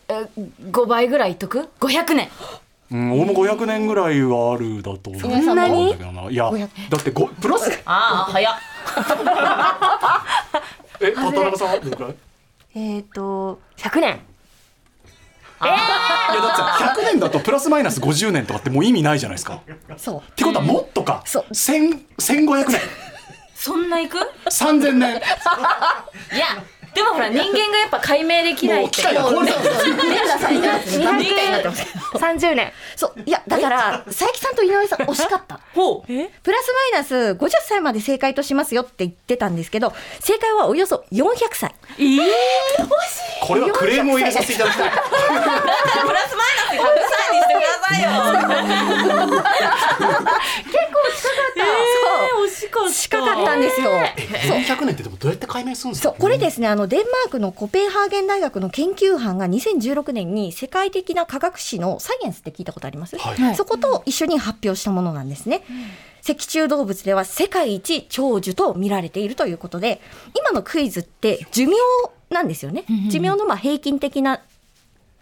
[SPEAKER 3] え5倍ぐらいいっとく500年
[SPEAKER 2] うん、俺も500年ぐらいはあるだと思うん
[SPEAKER 1] そんなに
[SPEAKER 2] だけどないやだってごプラス
[SPEAKER 3] ああ早っ
[SPEAKER 2] え田中さんはどのくらい
[SPEAKER 1] えっと百年。
[SPEAKER 2] いやだってさ100年だとプラスマイナス50年とかってもう意味ないじゃないですか。っ
[SPEAKER 7] そう。
[SPEAKER 2] てことはもっとか、
[SPEAKER 7] そう
[SPEAKER 2] 千1500年
[SPEAKER 3] そんないく
[SPEAKER 2] 3000年
[SPEAKER 3] いやでもほら人間がやっぱ解明できない
[SPEAKER 2] も
[SPEAKER 3] っ
[SPEAKER 2] う機
[SPEAKER 3] て
[SPEAKER 2] 械が壊れたんですよ
[SPEAKER 1] 二百三十年。
[SPEAKER 7] そういやだから佐伯さんと井 上さん惜しかった
[SPEAKER 3] ほう
[SPEAKER 7] プラスマイナス50歳まで正解としますよって言ってたんですけど正解はおよそ400歳
[SPEAKER 2] これはクレームを入れさせていただきたい
[SPEAKER 3] プラスマイナス100歳にしてくださいよ
[SPEAKER 7] 結構近かっったんですよ。そう
[SPEAKER 2] 400年ってでもどうやって解明するんですか
[SPEAKER 7] そうこれですねあのデンマークのコペンハーゲン大学の研究班が2016年に世界的な科学誌の「サイエンス」って聞いたことあります、
[SPEAKER 2] はい
[SPEAKER 7] そこと一緒に発表したものなんですね。脊柱動物では世界一長寿と見られているということで今のクイズって寿命なんですよね。寿命のまあ平均的な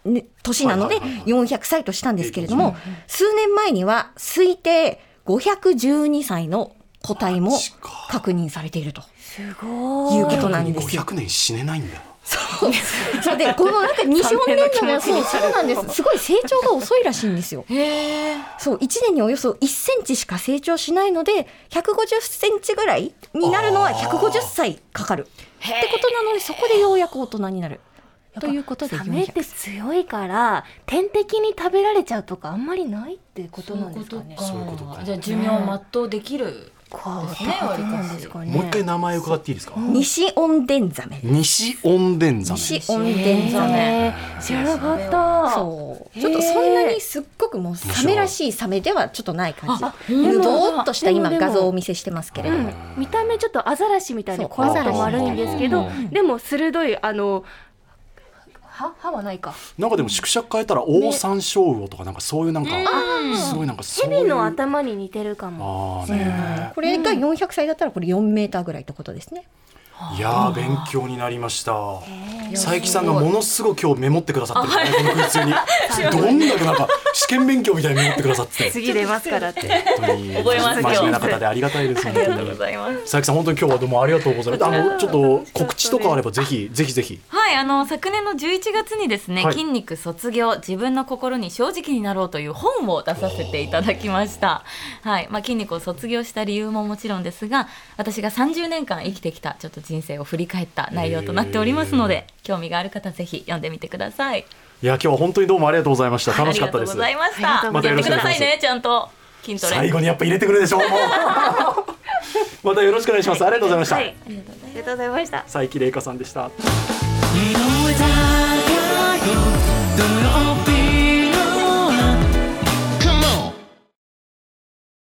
[SPEAKER 7] ね年なので
[SPEAKER 2] はいはいはい
[SPEAKER 7] 400歳としたんですけれども、数年前には推定512歳の個体も確認されているということなんですよ。
[SPEAKER 2] 500年死ねないんだ
[SPEAKER 7] そうでこのなんか日本年度もそうそう なんですすごい成長が遅いらしいんですよ。そう1年におよそ1センチしか成長しないので150センチぐらいになるのは150歳かかるってことなのでそこでようやく大人になる。ということで
[SPEAKER 1] サメっ
[SPEAKER 7] 400
[SPEAKER 1] て強いから天敵に食べられちゃうとかあんまりないってことなんですかね。
[SPEAKER 2] そういうことか
[SPEAKER 3] じゃあ寿命を全うできる。
[SPEAKER 1] こう
[SPEAKER 3] ですね
[SPEAKER 1] そうなんですかね。
[SPEAKER 2] もう一回名前伺っていいですか
[SPEAKER 7] 西温伝ザメ。
[SPEAKER 2] 西温伝ザメ
[SPEAKER 7] 西温伝ザメ。
[SPEAKER 1] えー知らなかった。
[SPEAKER 7] そう。
[SPEAKER 1] へー
[SPEAKER 7] ちょっとそんなにすっごくもうサメらしいサメではちょっとない感じ。ぬどーっとした今
[SPEAKER 1] でもでも
[SPEAKER 7] 画像をお見せしてますけれ
[SPEAKER 1] う
[SPEAKER 7] ど
[SPEAKER 1] ん
[SPEAKER 7] も。、
[SPEAKER 1] 見た目ちょっとアザラシみたい
[SPEAKER 7] そ
[SPEAKER 1] に
[SPEAKER 7] う
[SPEAKER 1] コロッと丸いんですけ
[SPEAKER 2] ア
[SPEAKER 1] ど
[SPEAKER 2] ザラ、
[SPEAKER 1] でも鋭いあの歯歯はないか。
[SPEAKER 2] なんかでも縮尺変えたらオオサンショウウオとかなんかそういうなんかすごいなんかそうい
[SPEAKER 1] 蛇
[SPEAKER 2] う
[SPEAKER 1] の頭に似てるかも。
[SPEAKER 2] ああね
[SPEAKER 7] これが400歳だったらこれ4メーターぐらいってことですね。
[SPEAKER 2] いやー勉強になりました佐伯さんがものすごく今日メモってくださってるこのクイズ中に どんだけなんか試験勉強みたいにメモってくださって
[SPEAKER 1] 次出ますからって。
[SPEAKER 2] 本当に
[SPEAKER 3] 覚えま
[SPEAKER 2] 真
[SPEAKER 3] す今日
[SPEAKER 2] 面目な方でありがたいです
[SPEAKER 3] あ
[SPEAKER 2] 本
[SPEAKER 3] りが
[SPEAKER 2] 当
[SPEAKER 3] とうご
[SPEAKER 2] に
[SPEAKER 3] ざいます。
[SPEAKER 2] 佐伯さん本当に今日はどうもありがとうございますあのちょっと告知とかあればぜひぜひぜひ
[SPEAKER 3] はい、あの昨年の11月にですね、
[SPEAKER 2] はい
[SPEAKER 3] 筋肉卒業自分の心に正直になろうという本を出させていただきました。はい、まあ筋肉を卒業した理由ももちろんですが、私が30年間生きてきたちょっと人生を振り返った内容となっておりますので、興味がある方ぜひ読んでみてください。
[SPEAKER 2] いや今日は本当にどうもありがとうございました楽しかったで
[SPEAKER 3] あ
[SPEAKER 2] す
[SPEAKER 3] りがとうございまし
[SPEAKER 1] ありがと
[SPEAKER 3] た。
[SPEAKER 1] うご
[SPEAKER 2] ざい
[SPEAKER 3] やっ
[SPEAKER 2] ま
[SPEAKER 3] て
[SPEAKER 2] す
[SPEAKER 3] くださいね、ちゃんと筋トレ。
[SPEAKER 2] 最後にやっぱ入れてくるでしょう もうまたよろしくお願いしますありがとうございました、
[SPEAKER 1] はい、ありがとうございました。
[SPEAKER 2] 佐伯玲香さんでした
[SPEAKER 5] 井上貴博土曜